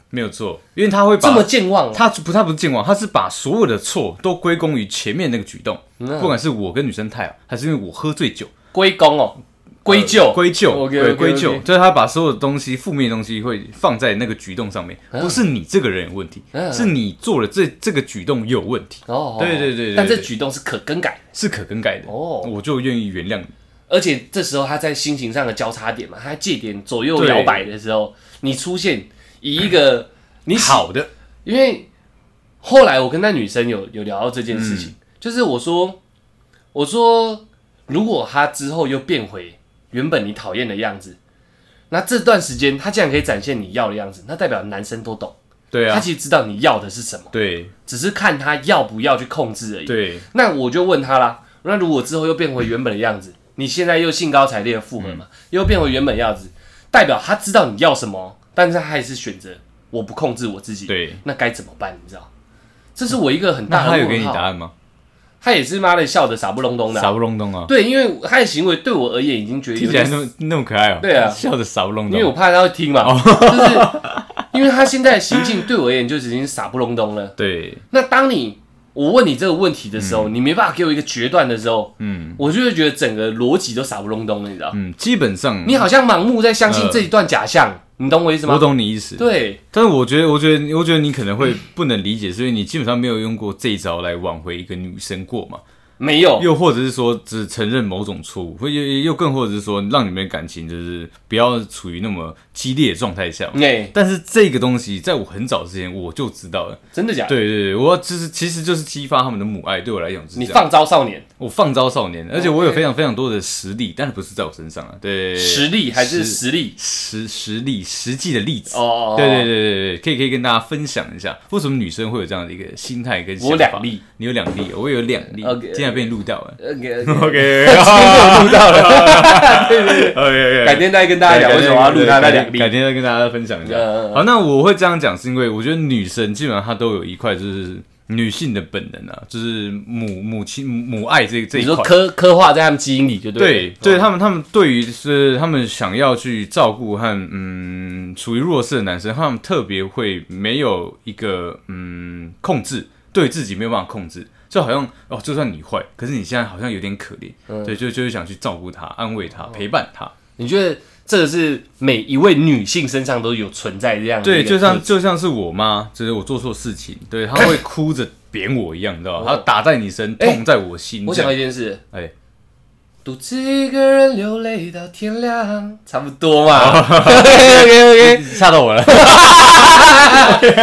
没有错，因为他会把这么健忘啊，他不，他不是健忘，他是把所有的错都归功于前面那个举动，嗯不管是我跟女生太好，还是因为我喝醉酒，归功哦，归咎，呃归咎， OK，OK，对， OK，归咎 OK，就是他把所有的东西，负面的东西会放在那个举动上面，不是你这个人有问题，嗯是你做了这这个举动有问题，哦，对对对对对但这举动是可更改的。是可更改的，哦我就愿意原谅你。而且这时候他在心情上的交叉点嘛，他在界点左右摇摆的时候，你出现以一 *laughs* 个你喜，好的，因为后来我跟那女生有有聊到这件事情，嗯就是我说我说如果他之后又变回原本你讨厌的样子，那这段时间他竟然可以展现你要的样子，那代表男生都懂，对他啊，其实知道你要的是什么，对只是看他要不要去控制而已。对那我就问他啦，那如果之后又变回原本的样子，你现在又兴高采烈的复合嘛，又变回原本样子，代表他知道你要什么，但是他还是选择我不控制我自己，对，那该怎么办？你知道？这是我一个很那大他的有给问你答号。案吗？他也是妈的笑的傻不隆咚的啊、傻不隆咚啊，对，因为他的行为对我而言已经觉得听有起来点那么那么可爱哦，对啊笑的傻不隆因为我咚，哦怕他会听嘛，就是因为他现在的行径对我而言就已经傻不隆咚了。对，那当你我问你这个问题的时候，你没办法给我一个决断的时候，嗯我就会觉得整个逻辑都傻不隆咚了，你知道？嗯，基本上你好像盲目在相信这一段假象，你懂我意思吗？我。懂你意思，对，但是我觉得，我觉得，我觉得你可能会不能理解，所以你基本上没有用过这一招来挽回一个女生过嘛？没有，又或者是说，只承认某种错误，或又又更或者是说，让你们的感情就是不要处于那么激烈的状态下嘛。哎、但是这个东西，在我很早之前我就知道了。真的假的？对对对，我就是其实就是激发他们的母爱，对我来讲是这你样。放招少年，我放招少年，而且我有非常非常多的实力，但是不是在我身上啊？对，哦实力还是实实力？实实力实际的例子。哦，对对对对对，可以可以跟大家分享一下，为什么女生会有这样的一个心态跟想我法？有两例，你有两例，我有两例 OK，今天被你录掉了。 OK， *laughs* OK，录啊到 *laughs* 了，对对对， OK，改天再跟大家聊为什么要录他那两例改。天再跟大家分享一下嗯嗯。嗯好，那我会这样讲，是因为我觉得女生基本上她都有一块就是女性的本能啊，就是母母亲母母爱这这你一说块。刻刻画在他们基因里，就对哦对了。对，他们他们对于是他们想要去照顾和嗯处于弱势的男生，他们特别会没有一个嗯控制，对自己没有办法控制，就好像哦，就算你坏，可是你现在好像有点可怜，嗯对，就就是想去照顾他、安慰他、哦陪伴他。你觉得这个是每一位女性身上都有存在这样的一对，个就像特质就像是我妈，就是我做错事情，对，她 *laughs* 会哭着扁我一样，你知道吗？她打在你身，哎痛在我心。我这想样到一件事，哎，独自一个人流泪到天亮，差不多嘛。OK OK 吓到我 *laughs* 了。OK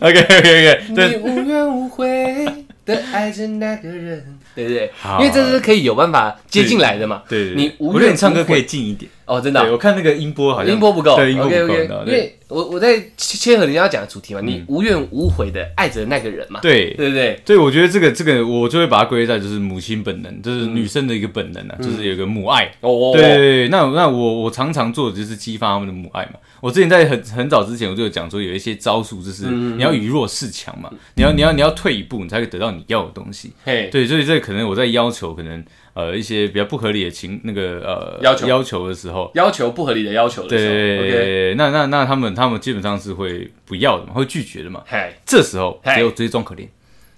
OK OK， OK，对你，无怨无悔的爱着那个人， *laughs* 对不对？好因为这是可以有办法接进来的嘛。对对，对你无我觉得怨你唱歌无悔可以近一点。哦，真的啊对，我看那个音波好像音波不够对，音波不 OK 够，你 OK，知道因为我我在切切合你要讲的主题嘛，你无怨无悔的爱着那个人嘛，对对对不对？对，我觉得这个这个我就会把它归在就是母亲本能，就是女生的一个本能啊，就是有一个母爱。嗯哦对对，对，那那我我常常做的就是激发他们的母爱嘛。我之前在很很早之前我就有讲说，有一些招数嗯就是你要以弱势强嘛，你要你要你要退一步，你才可以得到你要的东西。嘿，对，所以这可能我在要求可能呃一些比较不合理的情那个呃要求要求的时候，要求不合理的要求的时候，OK，对，那那那他们他们基本上是会不要的嘛，会拒绝的嘛。嘿，这时候嗨只有直接装可怜，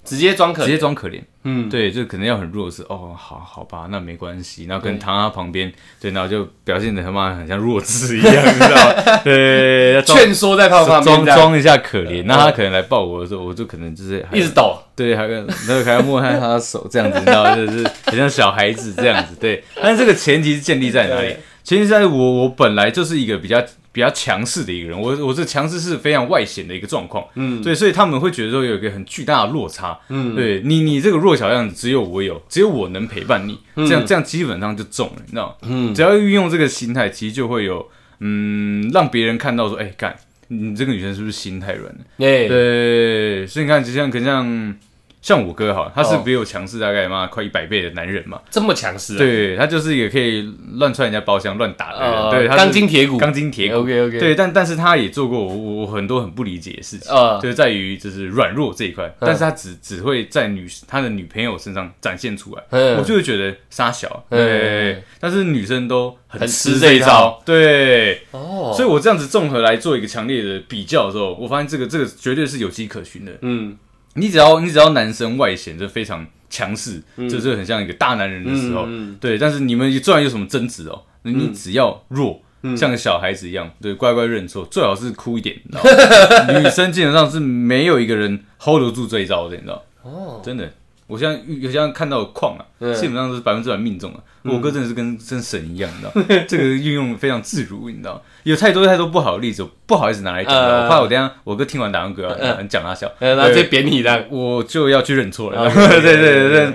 直接装可直接怜，装可怜，嗯，对，就可能要很弱势哦，好好吧，那没关系，然后可能躺在他旁边，对，然后就表现的他妈很像弱智一样，你知道吗？对，要装劝说在他们旁边装这样，装一下可怜，那他可能来抱我的时候，我就可能就是还一直抖，对，还有那个还要摸一下他的手，这样子，你知道，就是很像小孩子这样子，对。但是这个前提是建立在哪里对？前提是在我我本来就是一个比较比较强势的一个人，我我这强势是非常外显的一个状况，嗯，对，所以他们会觉得说有一个很巨大的落差，嗯，对你你这个弱小样子只有我有，只有我能陪伴你，这样这样基本上就中了，你知道吗？嗯，只要运用这个心态，其实就会有嗯让别人看到说，哎、干你这个女生是不是心太软了？哎，对，所以你看，就像可能像像我哥哈，他是哦比我强势大概嘛快一百倍的男人嘛，这么强势啊，对他就是也可以乱踹人家包厢、乱打的人，呃，对，他是钢筋铁骨，钢筋铁骨。 ，OK OK，对，但但是他也做过我我我很多很不理解的事情，呃就是在于就是软弱这一块，嗯但是他只只会在女他的女朋友身上展现出来，嗯我就会觉得傻小，嗯对，但是女生都很很吃吃这这一一招套，对，哦，所以我这样子综合来做一个强烈的比较的时候，我发现这个这个绝对是有迹可循的。嗯，你只要你只要男生外显就非常强势，就是很像一个大男人的时候，嗯对。但是你们突然有什么争执哦，你只要弱，嗯像个小孩子一样，对，乖乖认错，最好是哭一点。你知道 *laughs* 吗女生基本上是没有一个人 hold 得住这一招的，你知道？哦，真的。我现在有现在看到的矿啊，嗯基本上是百分之百命中了。我哥真的是跟真神一样，你知道， *laughs* 这个运用非常自如，你知道，有太多太多不好的例子，我不好意思拿来讲，嗯我怕我等一下我哥听完打完嗝啊，讲他笑，呃然后直接对扁你这样，我就要去认错了。 *laughs* 啊哦对对对对对对，呃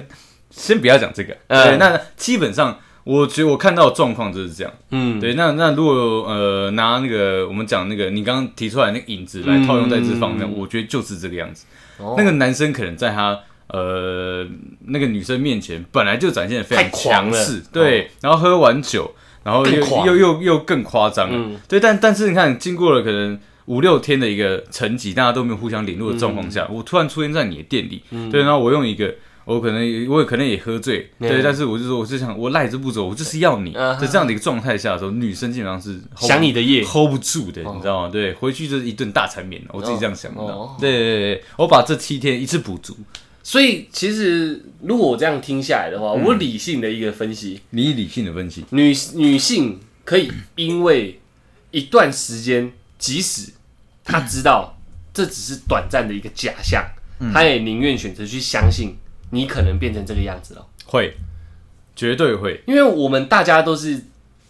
先不要讲这个。嗯对，那基本上我觉得我看到的状况就是这样。嗯，对，那那如果呃拿那个我们讲那个你刚刚提出来那个影子来套用在这方面，我觉得就是这个样子。哦那个男生可能在他呃那个女生面前本来就展现的非太常狂强了哦势，对，然后喝完酒，然后更又狂又又又更夸张了，嗯对，但但是你看，经过了可能。五六天的一个沉寂，大家都没有互相联络的状况嗯下，我突然出现在你的店里，对，然后我用一个，我可能我可能也喝醉，对，但是我就说，我就想，我赖着不走，我就是要你，嗯在这样的一个状态下的时候，女生基本上是 hold 想你的夜 hold 不住的，你知道吗？对，回去就是一顿大缠绵，我自己这样想的哦。对对对对，我把这七天一次补足，所以其实如果我这样听下来的话，我理性的一个分析，你以理性的分析，女女性可以因为一段时间，即使他知道这只是短暂的一个假象，他也宁愿选择去相信你可能变成这个样子了。会，绝对会。因为我们大家都是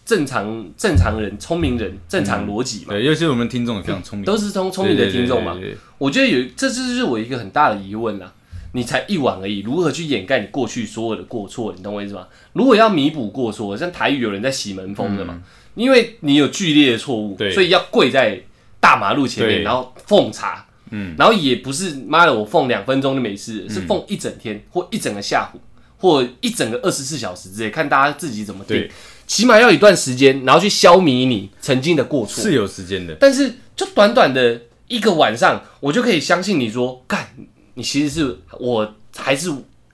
正常正常人、聪明人、正常逻辑嘛，对，尤其是我们听众也非常聪明，都是聪聪明的听众嘛对。对对对对我觉得有，这就是我一个很大的疑问啦。你才一晚而已，如何去掩盖你过去所有的过错？你懂我意思吗？如果要弥补过错，像台语有人在洗门风的嘛，因为你有剧烈的错误，嗯对所以要跪在大马路前面，对然后奉茶，嗯，然后也不是妈的，我奉两分钟就没事了，是奉一整天或一整个下午或一整个二十四小时之类，看大家自己怎么定对，起码要一段时间，然后去消弭你曾经的过错。是有时间的。但是就短短的一个晚上，我就可以相信你说，干，你其实是我还是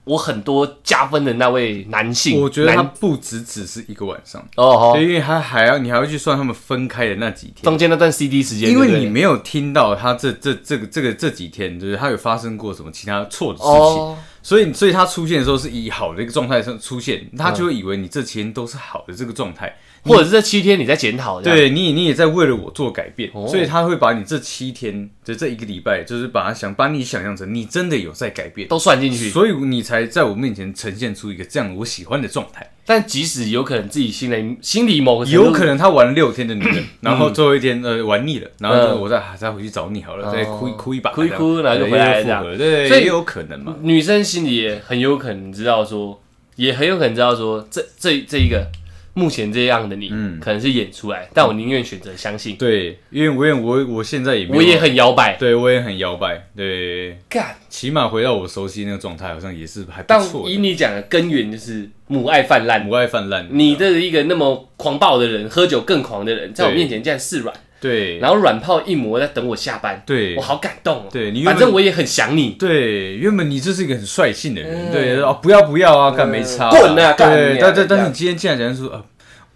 我很多加分的那位男性。我觉得他男不只只是一个晚上，哦好对，，因为他还要你还要去算他们分开的那几天，中间那段 CD 时间，因对为不你对没有听到他这这这个这个这几天，就是他有发生过什么其他错的事情，哦，所以所以他出现的时候是以好的一个状态上出嗯现，他就会以为你这几天都是好的这个状态，或者是这七天你在检讨，这样，对你，你也在为了我做改变，哦所以他会把你这七天的这一个礼拜，就是把他想把你想象成你真的有在改变，都算进去。所以你才在我面前呈现出一个这样我喜欢的状态。但即使有可能自己心里心里某个程度有可能他玩了六天的女人，然后最后一天呃玩腻了，然后就嗯我再啊再回去找你好了，哦再哭一哭一把，哭一哭这然样后就对回来又复合了，对，所以也有可能嘛。女生心里也很有可能知道说，也很有可能知道说，这这这一个目前这样的你，嗯可能是演出来，但我宁愿选择相信。对，因为我也我我现在也没有我也很摇摆，对我也很摇摆，对，干，起码回到我熟悉那个状态，好像也是还不但错的以，你讲的根源就是母爱泛滥，母爱泛滥，你的一个那么狂暴的人，喝酒更狂的人，在我对面前竟然示软，对然后软炮一磨在等我下班，对我好感动哦。对你原本反正我也很想你，对，原本你就是一个很率性的人，对，哦不要不要啊，干没差啊，嗯滚啊干对你，啊但但这样但是你今天竟然讲说啊。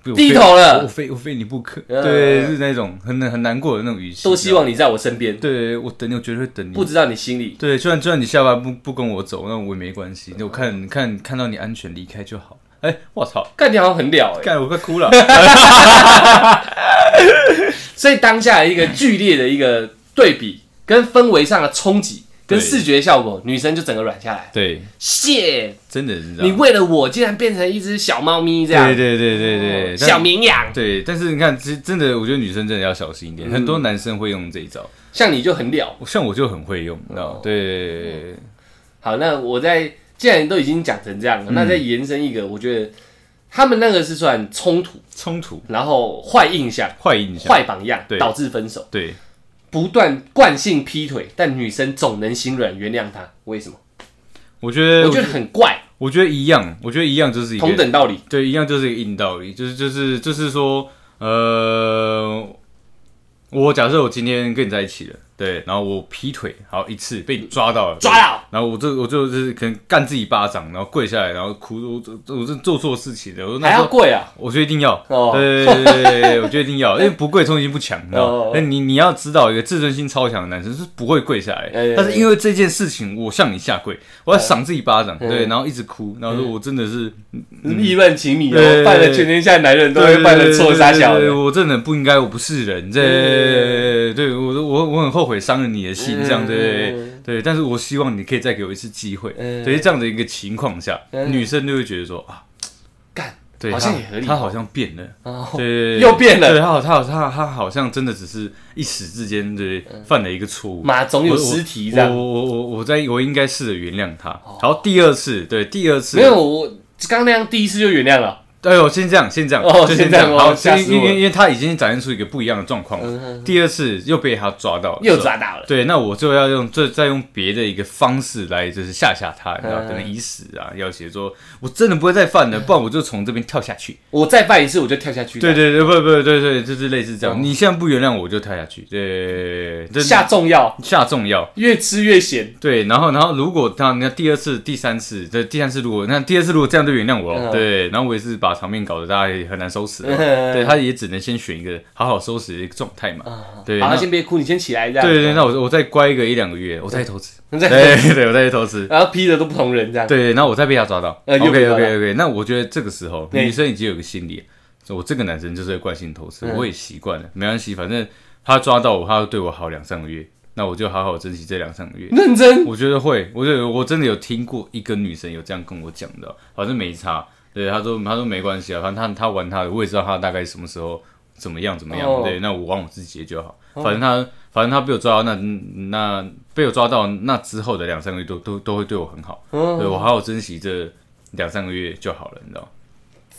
不我低非头了我非我非你不可，嗯对，是那种很很难过的那种语气，啊都希望你在我身边，对我等你，我绝对会等你。不知道你心里对，就算就算你下班不不跟我走，那我也没关嗯系。我看看看到你安全离开就好。哎、我操，干你好像很了哎。干我快 *laughs* 哭了。所以当下一个剧烈的一个对比，跟氛围上的冲击，跟对视觉效果，女生就整个软下来。对，谢，真的，你知道你吗？为了我竟然变成一只小猫咪这啊对样，对对对对，但小绵羊。对，但是你看，其实真的，我觉得女生真的要小心嗯一点。很多男生会用这一招，像你就很了。像我就很会用，你哦知道吗？对，好，那我在既然都已经讲成这样了，嗯那再延伸一个，我觉得他们那个是算冲突，冲突、然后坏印象、坏印象，坏榜样对导致分手，对，不断惯性劈腿，但女生总能心软原谅他，为什么？我觉得，我觉得很怪，我觉得一样，我觉得一样就是一个同等道理。对，一样就是一个硬道理，就是就是就是说，呃，我假设我今天跟你在一起了，对，然后我劈腿，好一次被你抓到了，抓到对，然后我就我就就是可能干自己巴掌，然后跪下来，然后哭，我我我是做错事情的，我那还时要候。跪啊！我觉得一定要，哦对对对对对，我觉得一定要，因为不跪冲击不强，你知哦道吗？那你你要知道，一个自尊心超强的男生是不会跪下来哎，但是因为这件事情，我向你下跪，我要赏自己巴掌，对，嗯然后一直哭，然后说我真的是意乱情迷哦，嗯对犯了全天下男人都会犯的错，傻小对对对对的。我真的不应该，我不是人，这对我我我很后悔伤了你的心，这样对嗯对，但是我希望你可以再给我一次机会，嗯对这样的一个情况下，嗯女生就会觉得说啊，干，对，好像她也合理她好像变了，哦对，又变了对，她好她好她她好像真的只是一时之间对犯了一个错误，马总嗯有我尸体这样哦我。我我我在我应该试着原谅她，然后第二次对第二次没有，我刚刚那样第一次就原谅了。哎呦，先这样，先这样，哦就先先这这样样。哦好，吓先死因我了嗯为因为他已经展现出一个不一样的状况了。第二次又被他抓到了，又抓到了啊对，那我就要用这再用别的一个方式来，就是吓吓他，你知道，嗯可能以死啊，要挟说，我真的不会再犯 *laughs* 了，不然我就从这边跳下去。我再犯一次我就跳下去。对，对对，不不对对，就是类似这样。你现在不原谅我，就跳下去。对，这哦下重药，下重药。越吃越 *laughs* 咸。对，然后然后如果他那第二次、第三次，对第三次如果那第二次如果这样就原谅我嗯了，对，然后我也是把场面搞得大家也很难收拾了，嗯对，他也只能先选一个好好收拾的一个状态嘛，对，嗯好，那先别哭，你先起来这样。对对，那我我再乖个一两个月，我再去投资， *laughs* 再对对，我再去投资，然后劈的都不同人这样。对，然后我再被他抓到呃又被，OK 抓到 OK OK，那我觉得这个时候对女生已经有个心理，我这个男生就是会惯性偷嗯吃，我也习惯了，没关系，反正他抓到我，他会对我好两三个月，那我就好好珍惜这两三个月。认真，我觉得会，我觉得我真的有听过一个女生有这样跟我讲的，反正没差。对，她说她说没关系啊，反正她她玩她的，我也知道她大概什么时候怎么样怎么样。哦对，那我玩我自己的就好。反正她反正她被我抓到，那那被我抓到那之后的两三个月都都都会对我很好，对我好好珍惜这两三个月就好了，你知道。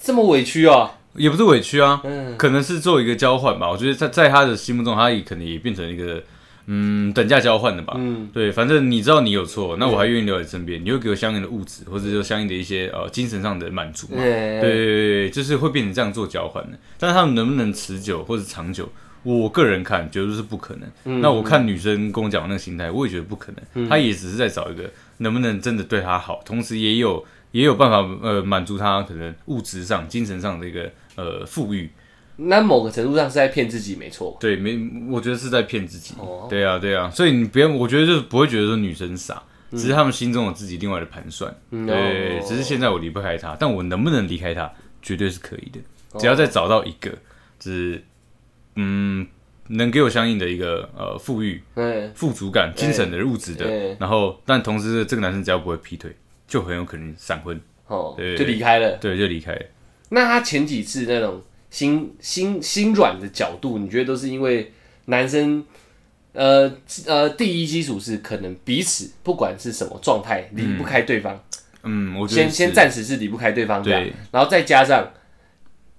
这么委屈哦。也不是委屈啊，可能是做一个交换吧。我觉得在在他的心目中，他也可能也变成一个嗯等价交换的吧。嗯，对，反正你知道你有错，那我还愿意留在你身边，你会给我相应的物质，或者就相应的一些呃精神上的满足嘛。对对对对，对就是会变成这样做交换的。但是他们能不能持久或者长久，我个人看觉得是不可能。那我看女生跟我讲的那个心态，我也觉得不可能。她、也只是在找一个能不能真的对她好，同时也有也有办法呃满足她可能物质上、精神上的一个呃富裕。那某个程度上是在骗自己，没错。对，没，我觉得是在骗自己。哦对啊，对啊，所以你不要，我觉得就是不会觉得说女生傻，只是他们心中有自己另外的盘算。对，哦只是现在我离不开她，但我能不能离开她，绝对是可以哦的，只要再找到一个，就是嗯，能给我相应的一个呃富裕、嗯，富足感、精神的、物质哎的，然后但同时这个男生只要不会劈腿，就很有可能闪 *laughs* 婚，哦，对就离开了。对，就离开了。那他前几次那种心心心软的角度，你觉得都是因为男生？呃呃，第一基础是可能彼此不管是什么状态离不开对方，嗯，我觉得先是先暂时是离不开对方这样对，然后再加上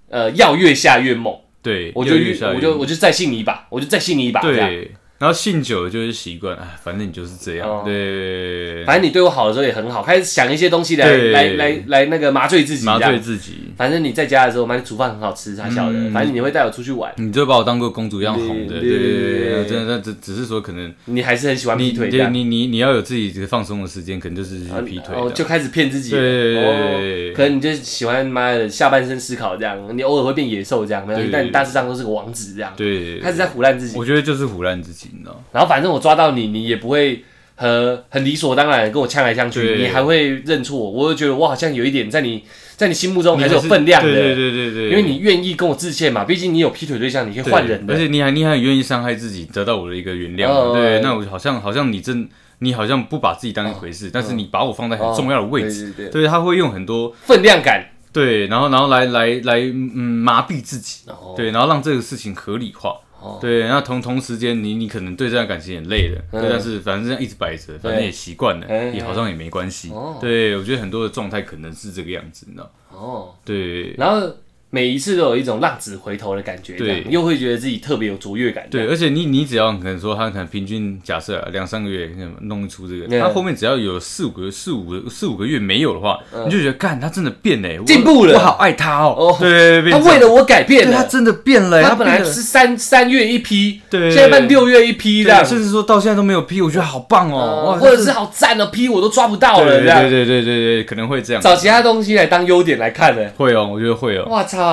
呃要越下越猛，对，我就越下我越就我就再信你一把，我就再信你一把这样。对，然后信久了就是习惯，哎，反正你就是这样，哦对，反正你对我好的时候也很好，开始想一些东西来对来来来那个麻醉自己，麻这醉样。自己，反正你在家的时候，妈你煮饭很好吃，傻小嗯的。反正你会带我出去玩，你就把我当个公主一样哄的，对对对对对，真的，只只是说可能你还是很喜欢你劈腿这对样。你你你要有自己这个放松的时间，可能就是去然后劈腿哦，的，就开始骗自己。对哦可能你就喜欢妈的下半身思考这样，你偶尔会变野兽这样，没有对但你大致上都是个王子这样，对，开始在胡乱自己。我觉得就是胡乱自己，你知道吗，然后反正我抓到你，你也不会很很理所当然地跟我呛来呛去，对你还会认错我，我就觉得我好像有一点在你在你心目中嗯哦你还是有分量的，对对对对对，因为你愿意跟我致歉嘛，毕竟你有劈腿对象，你可以对换人而的，且你还你还很愿意伤害自己，得到我的一个原谅嘛，哦对，哦那我好像好像你真你好像不把自己当一回事，但是你把我放在很重要的位置，哦对对对，他会用很多。分量感，对，然后然后来来来，嗯，麻痹自己，哦对，然后让这个事情合理化。哦对，那同同时间你，你可能对这段感情也累了，对，但是反正这样一直摆着，反正也习惯了，嗯也好像也没关系。哦对，我觉得很多的状态可能是这个样子，你知道？哦，对然后每一次都有一种浪子回头的感觉，对这样又会觉得自己特别有卓越感，对，，而且你你只要可能说他可能平均假设啊两三个月弄出这个，嗯他后面只要有四五个四五个四五个月没有的话，你就觉得干他真的变了，我嗯欸进步了我好爱他哦哦。对，变他为了我改变对他了，真的变了，他本来变得是三三月一批，对现在办六月一批这对，样，甚至说到现在都没有批，我觉得好棒哦，哦哇或者是好赞哦，批我都抓不到了对这对样对。对对对，可能会这样，找其他东西来当优点来看呢。会哦，我觉得会哦，我操！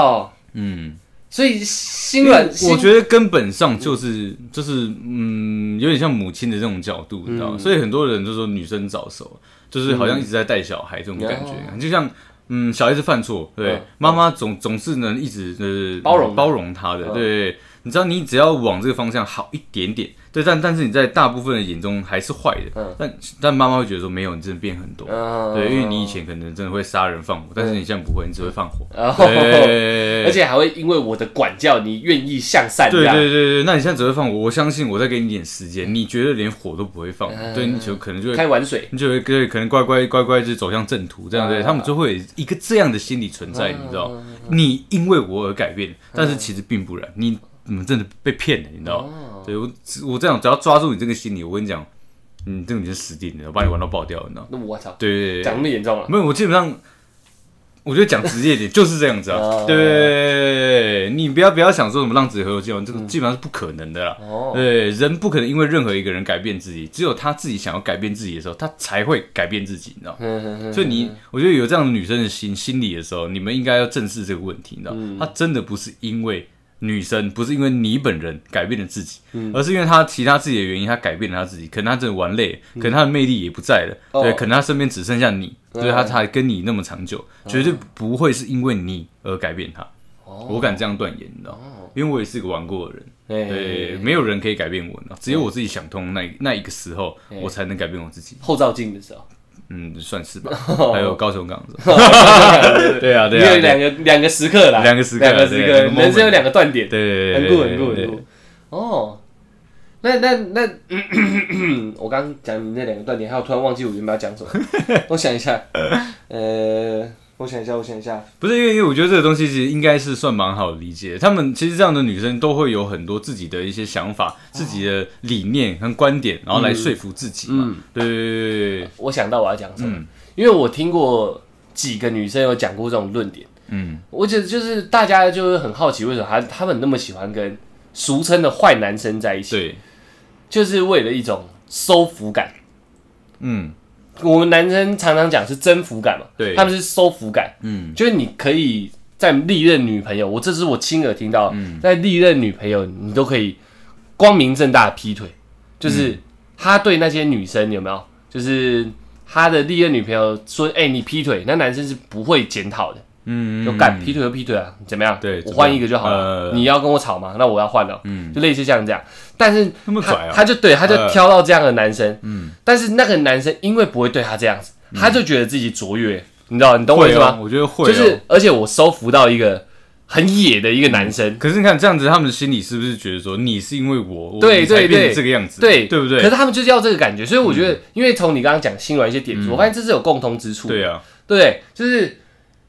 嗯，所以心软，因为我得觉得根本上就是就是嗯，有点像母亲的这种角度，你知道嗯吗？所以很多人就说女生早熟，就是好像一直在带小孩这种感觉，就像。嗯，小孩子犯错，对嗯，妈妈总总是能一直呃包容嗯包容他的，对，你知道你只要往这个方向好一点点，对，但但是你在大部分人眼中还是坏嗯的，但但妈妈会觉得说没有，你真的变很多，呃对，因为你以前可能真的会杀人放火，但是你现在不会，你只会放火。哦对而且还会因为我的管教，你愿意向善这 *laughs* 对样。嗯对对对，那你现在只会放火，我相信我再给你一点时间，你觉得连火都不会放，对，你就可能就会，开玩水，你就会对，可能乖乖乖乖就走向正途，这样对，嗯他们就会有一个这样的心理存在，你知道，你因为我而改嗯变，但是其实并不然，你你们真的被骗了，你知道，哦对我我这样只要抓住你这个心理，我跟你讲，你这个你就死定了，我把你玩到爆掉，你知道，那我操，对对对，对讲那么严重了。没有，我基本上，我觉得讲职业一点就是这样子啊哦。对，你不要不要想说什么浪子回头金，这个基本上是不可能的啦。哦，对，人不可能因为任何一个人改变自己，只有他自己想要改变自己的时候，他才会改变自己，你知道吗？嗯哼哼所以你，我觉得有这样的女生的心心理的时候，你们应该要正视这个问题，你知道，她真的不是因为女生，不是因为你本人改变了自己，而是因为她其他自己的原因，她改变了她自己，可能她真的玩累了，可能她的魅力也不在了，哦对，可能她身边只哦剩下你，所以她才跟你那么长久，绝对不会是因为你而改变她，我敢这样断言，你知道，因为我也是个玩过的人。哦对，对，没有人可以改变我，你知道只有我自己想通那那一个时候，我才能改变我自己。后照镜的时候，嗯，算是吧。 *laughs* 哦还有高雄港的时候，对啊，你对啊，有对两个两个时刻啦，两个时刻两个时对两刻，个人生 moment 有两个断点，对很对，酷很酷很对酷。哦，那那那，我刚刚讲你那两个断点，还有突然忘记我原本要 *laughs* 讲什么，我想一下，呃，我想一下，我想一下，不是因为，因为我觉得这个东西其实应该是算蛮好理解。她们其实这样的女生都会有很多自己的一些想法、自己的理念和观点，然后嗯来说服自己嘛。对对对对对，我想到我要讲什么，嗯因为我听过几个女生有讲过这种论点，嗯，我觉得就是大家就是很好奇，为什么她她们那么喜欢跟俗称的坏男生在一起，对，就是为了一种收服感。嗯我们男生常常讲是征服感嘛，对他们是收服感，嗯就是你可以在历任女朋友，我这是我亲耳听到，嗯在历任女朋友你都可以光明正大的劈腿，嗯就是他对那些女生有没有，就是他的历任女朋友说，哎、你劈腿，那男生是不会检讨的，嗯，就干劈腿就劈腿啊，怎么样？对我怎么样换一个就好了。呃你要跟我吵吗？那我要换了。嗯就类似像这样，但是那么他拽啊他就对他就呃挑到这样的男生，嗯但是那个男生因为不会对他这样子，他就觉得自己卓越，你知道？你懂我意会思哦，吗？我觉得会哦，就是而且我收服到一个很野的一个男生，可是你看这样子，他们的心里是不是觉得说你是因为我，我对你才对变对成这个样子，对对不可是对？他们就是要这个感觉，所以我觉得，因为从你刚刚讲新软一些点子，我发现这是有共通之处，嗯对啊，对，就是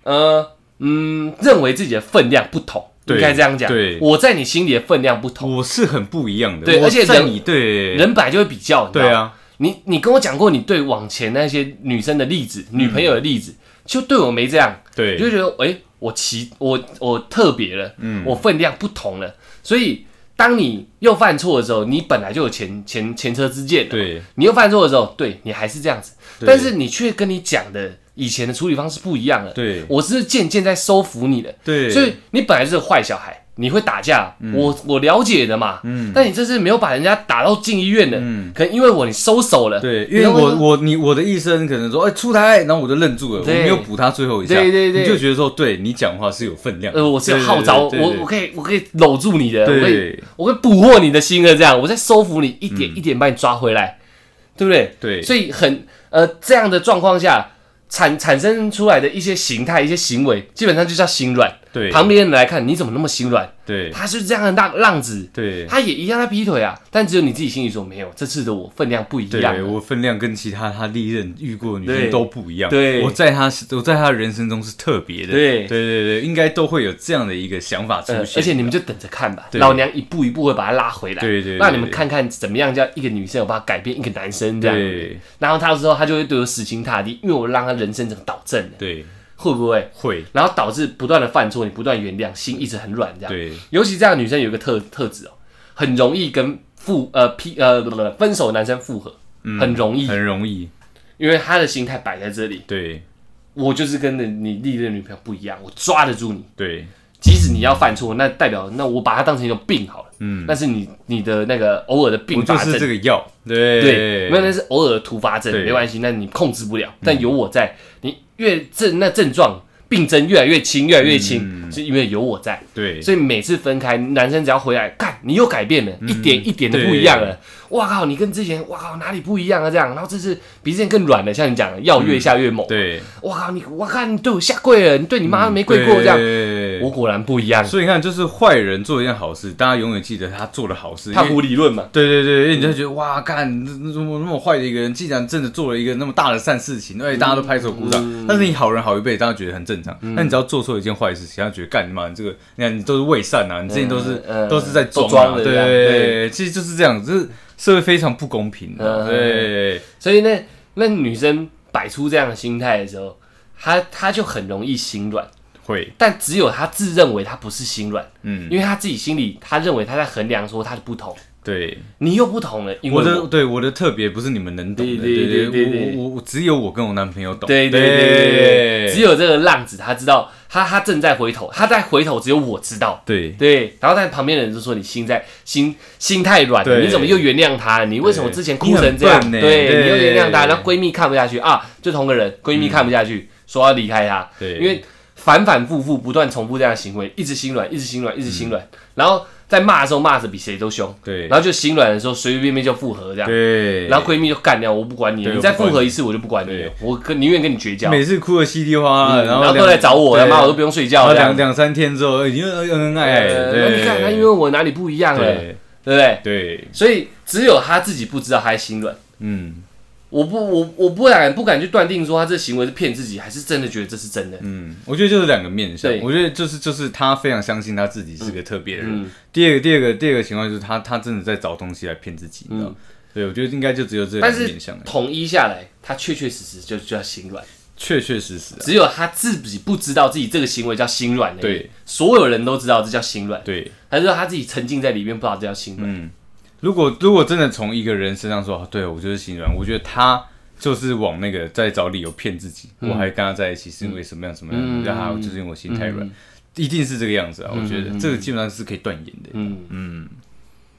呃嗯，认为自己的分量不同，对应该这样讲，对我在你心里的分量不同，我是很不一样的，对我而且在人你对人本来就会比较，你知道吗对啊，你你跟我讲过你对往前那些女生的例子、女朋友的例子，就对我没这样，对你就觉得诶，我奇我我特别了，嗯，我分量不同了，所以当你又犯错的时候，你本来就有前前前车之鉴了，，对你又犯错的时候，对你还是这样子，对但是你却跟你讲的以前的处理方式不一样了，，对我是渐渐在收服你的，对，嗯所以你本来是个坏小孩，你会打架，我我了解的嘛。嗯，但你这次没有把人家打到进医院的，可能因为我你收手了。嗯对，你因为懂我吗我你我的一生可能说，哎、出台，然后我就愣住了，我对没有补他最后一下，对对对你就觉得说，对你讲话是有分量的，呃，我是有号召，对对对我我可以我可以搂住你的，我对嗯可以我可以捕获你的心的，这样我在收服你，一点一点把你抓回来，对不对？对所以很呃这样的状况下产产生出来的一些形态、一些行为，基本上就叫心软。对旁边人来看你怎么那么心软？对他是这样的浪浪子，对他也一样在劈腿啊，但只有你自己心里说没有，这次的我分量不一样对，。我分量跟其他他历任遇过的女对生都不一样，对我在他我在他的人生中是特别的，对对对对，应该都会有这样的一个想法出呃而现，且你们就等着看吧，对老娘一步一步会把他拉回来。对对对让你们看看怎么样叫一个女生有办法改变一个男生这样。对然后他之后他就会对我死心塌地，因为我让他人生整个导正了，对会不会？会然后导致不断的犯错，你不断原谅，心一直很软这样。对尤其这样的女生有一个特特质哦，很容易跟复呃劈呃不不不分手的男生复合，很容易，嗯很容易，因为他的心态摆在这里。对我就是跟着你历任女朋友不一样，我抓得住你。对即使你要犯错，那代表那我把它当成一种病好了，嗯，那是你你的那个偶尔的我并就发是症，这个药，对对，没有那是偶尔的突发症，对嗯没关系，那你控制不了，但有我在，你越症那症状病症越来越轻，越来越轻，是因为有我在，嗯对所以每次分开，男生只要回来，看你又改变了，嗯一点一点的不一样了。哇靠，你跟之前哇靠哪里不一样啊？这样，然后这次比之前更软了，像你讲的，药越下越猛。对，哇靠，你我看你对我下跪了，你对你妈没跪过这样，嗯对我果然不一样。所以你看，就是坏人做一件好事，大家永远记得他做的好事。胖因为虎理论嘛，对对对，因为你就觉得哇，干这这这么那么坏的一个人，竟然真的做了一个那么大的善事情，而哎且嗯大家都拍手鼓掌。但是你好人好一辈，大家觉得很正常。但你只要做错一件坏事情，大家觉得干你妈，你这个你看你都是为善啊，你之前都是、嗯嗯都是在装、都装啊，的对这样对对，其实就是这样，就是社会非常不公平的、嗯对，所以那那女生摆出这样的心态的时候，她她就很容易心软，会，但只有她自认为她不是心软，嗯，因为她自己心里她认为她在衡量说她的不同，对。你又不同了，因为我的对我的特别不是你们能懂对的，对对对对对我我我只有我跟我男朋友懂，对对对对对，只有这个浪子他知道，他他正在回头，他在回头，只有我知道。对对，然后但旁边的人就说你心在心心太软了，对你怎么又原谅他？你为什么之前哭成这你样？很对笨欸你对嗯又原谅他，然后闺蜜看不下去啊，就同个人闺蜜看不下去，说要离开他，对，因为反反复复不断重复这样的行为，一直心软，一直心软，一直心软，然后在骂的时候骂着比谁都凶，嗯对然后就心软的时候随随便便就复合这样，对，然后闺蜜就干掉，我不管你，对你再我不复管合一次我就不管你对，我跟宁愿跟你绝交，每次哭的稀里哗啦，嗯然后后都来找我，他他妈我都不用睡然觉后这样两。两三天之后，哎已经恩恩爱爱了，呃那对，你看他因为我哪里不一样了，对对不对？对，所以只有他自己不知道他在心软。嗯我不，我我不敢不敢去断定说他这行为是骗自己，还是真的觉得这是真的。嗯，我觉得就是两个面向对，我觉得就是就是他非常相信他自己是个特别的人嗯。第二个第二个第二个情况就是他他真的在找东西来骗自己，你知道吗？对，我觉得应该就只有这嗯但两个是面向了，统一下来，他确确实实就就叫心软，确确实实啊，只有他自己不知道自己这个行为叫心软而已对，所有人都知道这叫心软，对。但是他自己沉浸在里面，不知道这叫心嗯软。如果如果真的从一个人身上说，哦对我就是心软，我觉得他就是往那个在找理由骗自己，我还跟他在一起是因为什么样什么样，嗯让他就是因为我心太软，一定是这个样子啊！我觉得这个基本上是可以断言的，嗯嗯，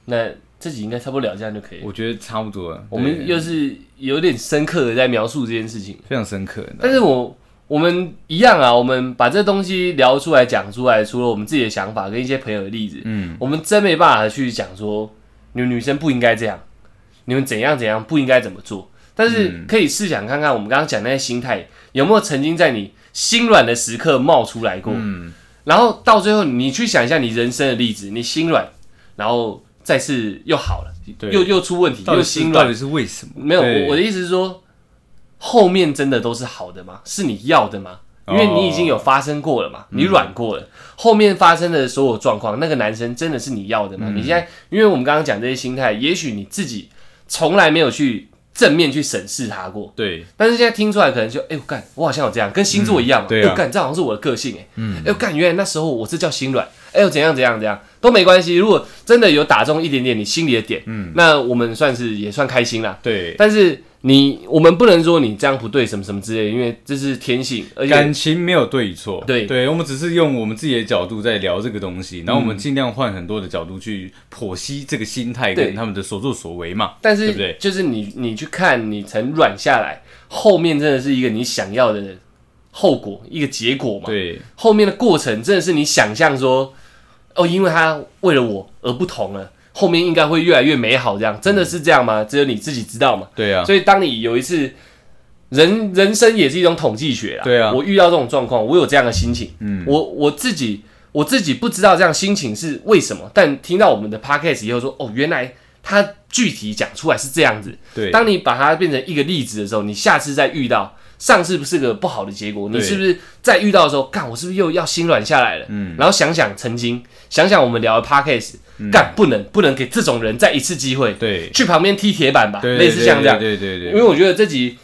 那这集应该差不多聊这样就可以了。我觉得差不多了。我们对又是有点深刻的在描述这件事情。非常深刻，但是我我们一样啊，我们把这东西聊出来、讲出来，除了我们自己的想法跟一些朋友的例子，嗯，我们真没办法去讲说你们女生不应该这样，你们怎样怎样不应该怎么做。但嗯是可以试想看看，我们刚刚讲那些心态有没有曾经在你心软的时刻冒出来过？嗯，然后到最后，你去想一下你人生的例子，你心软，然后再次又好了，对又又出问题，到又底是心到软底，是为什么？没有，对我我的意思是说，后面真的都是好的吗？是你要的吗？哦因为你已经有发生过了嘛，嗯你软过了，后面发生的所有状况，那个男生真的是你要的嗯吗？你现在，因为我们刚刚讲这些心态，也许你自己从来没有去正面去审视他过，对但是现在听出来，可能就哎呦干，我好像有这样，跟星座一样嘛，嗯对啊哎呦干，这好像是我的个性哎、嗯，哎呦干，原来那时候我这叫心软，哎呦怎样怎样怎样都没关系，如果真的有打中一点点你心里的点，嗯，那我们算是也算开心啦，对，但是你我们不能说你这样不对什么什么之类的，因为这是天性，而且感情没有对与错，对对，我们只是用我们自己的角度在聊这个东西，然后嗯我们尽量换很多的角度去剖析这个心态对跟他们的所作所为嘛。但对不对是就是你你去看你曾软下来，后面真的是一个你想要的后果，一个结果嘛。对后面的过程真的是你想象说，哦，因为他为了我而不同了，后面应该会越来越美好，这样真的是这样吗？只有你自己知道嘛。对啊，所以当你有一次。人人生也是一种统计学啦。对啊我遇到这种状况，我有这样的心情，嗯我我自己我自己不知道这样心情是为什么，但听到我们的 podcast 以后说，哦，原来他具体讲出来是这样子。对，当你把它变成一个例子的时候，你下次再遇到上次不是个不好的结果，你对是不是在遇到的时候，干我是不是又要心软下来了？嗯然后想想曾经，想想我们聊的 podcast，、干不能不能给这种人再一次机会，对去旁边踢铁板吧，对类似像这样。对对对对，因为我觉得这集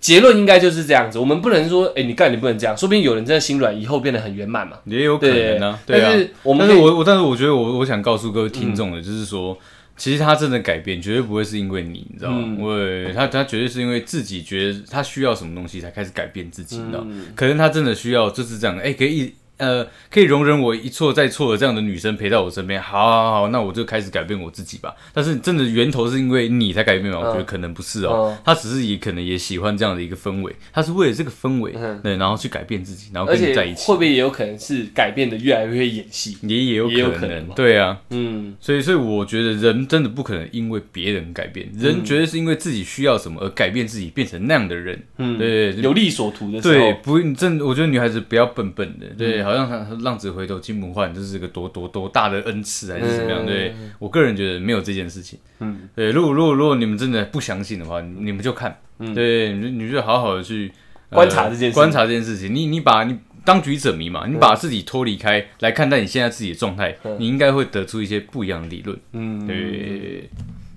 结论应该就是这样子，我们不能说，哎、你干你不能这样，说不定有人真的心软，以后变得很圆满嘛。也有可对能啊，对啊。但是我们但可是以嗯我我但是我觉得我我想告诉各位听众的，就是说，其实他真的改变，绝对不会是因为你，你知道吗？嗯我他他绝对是因为自己觉得他需要什么东西才开始改变自己，你知道吗？嗯可能他真的需要就是这样，哎、可以。呃，可以容忍我一错再错的这样的女生陪到我身边，好，好，好好，那我就开始改变我自己吧。但是真的源头是因为你才改变吗？我嗯觉得可能不是哦，他只是也可能也喜欢这样的一个氛围，他是为了这个氛围，对，然后去改变自己，然嗯后而跟且你在一起会。不会也有可能是改变的越来越演戏？也也有也有可可能，能嘛对啊，嗯，所以所以我觉得人真的不可能因为别人改变，嗯人绝对是因为自己需要什么而改变自己，变成那样的人，嗯，对对有利所图的时对，呃候，不真，我觉得女孩子不要笨笨的，嗯对，好像她浪子回头金不换，这是个多多多大的恩赐还是怎么嗯样？对我个人觉得没有这件事情，嗯，对，如果如果如果你们真的不相信的话，你你们就看，对，你就你就好好的去嗯呃观察这件事嗯观察这件事情，你你把你。当局者迷嘛，你把自己脱离开、来看待你现在自己的状态，你应该会得出一些不一样的理论。嗯，对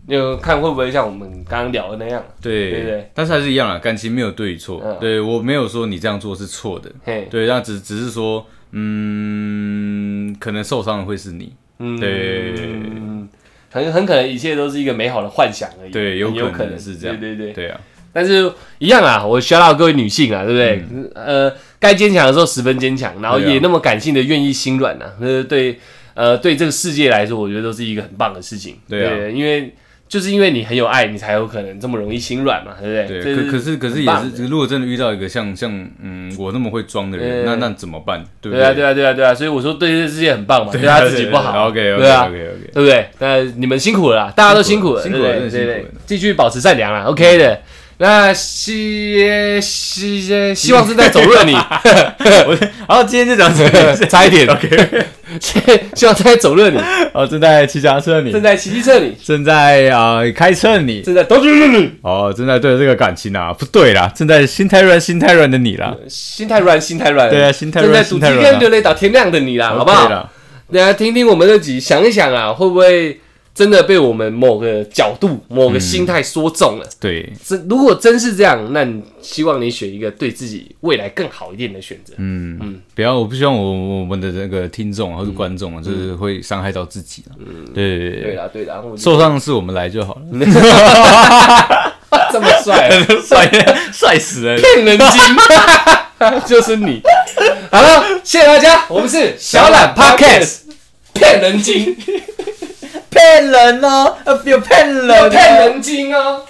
就看会不会像我们刚刚聊的那样，对对对但是还是一样啦，感情没有对与错。嗯对我没有说你这样做是错的，嘿，对，那只只是说，嗯，可能受伤的会是你，嗯，对嗯，很很可能一切都是一个美好的幻想而已，对有很有可能是这样对对对。对啊，但是一样啊，我需要各位女性啊，对不对？呃，该坚强的时候十分坚强，然后对啊也那么感性的愿意心软呐、啊，呃，对，呃，对这个世界来说，我觉得都是一个很棒的事情。对啊因为就是因为你很有爱，你才有可能这么容易心软嘛，对不对？对，这可可是可是很也棒的是，如果真的遇到一个像像嗯我那么会装的人，那对那怎么办？对不啊对啊，对啊，对啊，对啊，所以我说对这世界很棒嘛，对他自己不好， OK 对 OK 啊 OK OK。对不对？那你们辛苦了啦，大家都辛苦了，辛苦了对不对辛苦了对辛苦对，继续保持善良啦，OK 的。那希希希望是在走路的你， *laughs* 我然后今天就讲这个 *laughs* 差一点 OK。希望是在走路的你，哦，正在骑脚踏车的 *laughs* 正你，在骑机车的你，正在啊开车的你，正在都是你，哦，正在对这个感情啊不对啦，正在心太软心太软的你啦，心太软，心太软，对啊心太软正在赌心太鸡软跟啊流泪到天亮的你啦，好不 OK 好？啦？大家听听我们这集，想一想啊，会不会真的被我们某个角嗯度、某个心态说中了？对，真如果真是这样，那你希望你选一个对自己未来更好一点的选择。嗯不要，我不希望我我们的那个听众或者观众啊，就是会伤害到自己啊。对对对对对，啦，对啦，我受伤的是我们来就好 *laughs* 了。这么帅，啊帅帅死了！骗人精， *laughs* 就是你。好了，谢谢大家，我们是小懒 Podcast，骗人精，骗人哦，有骗人 *laughs* 有骗人精哦。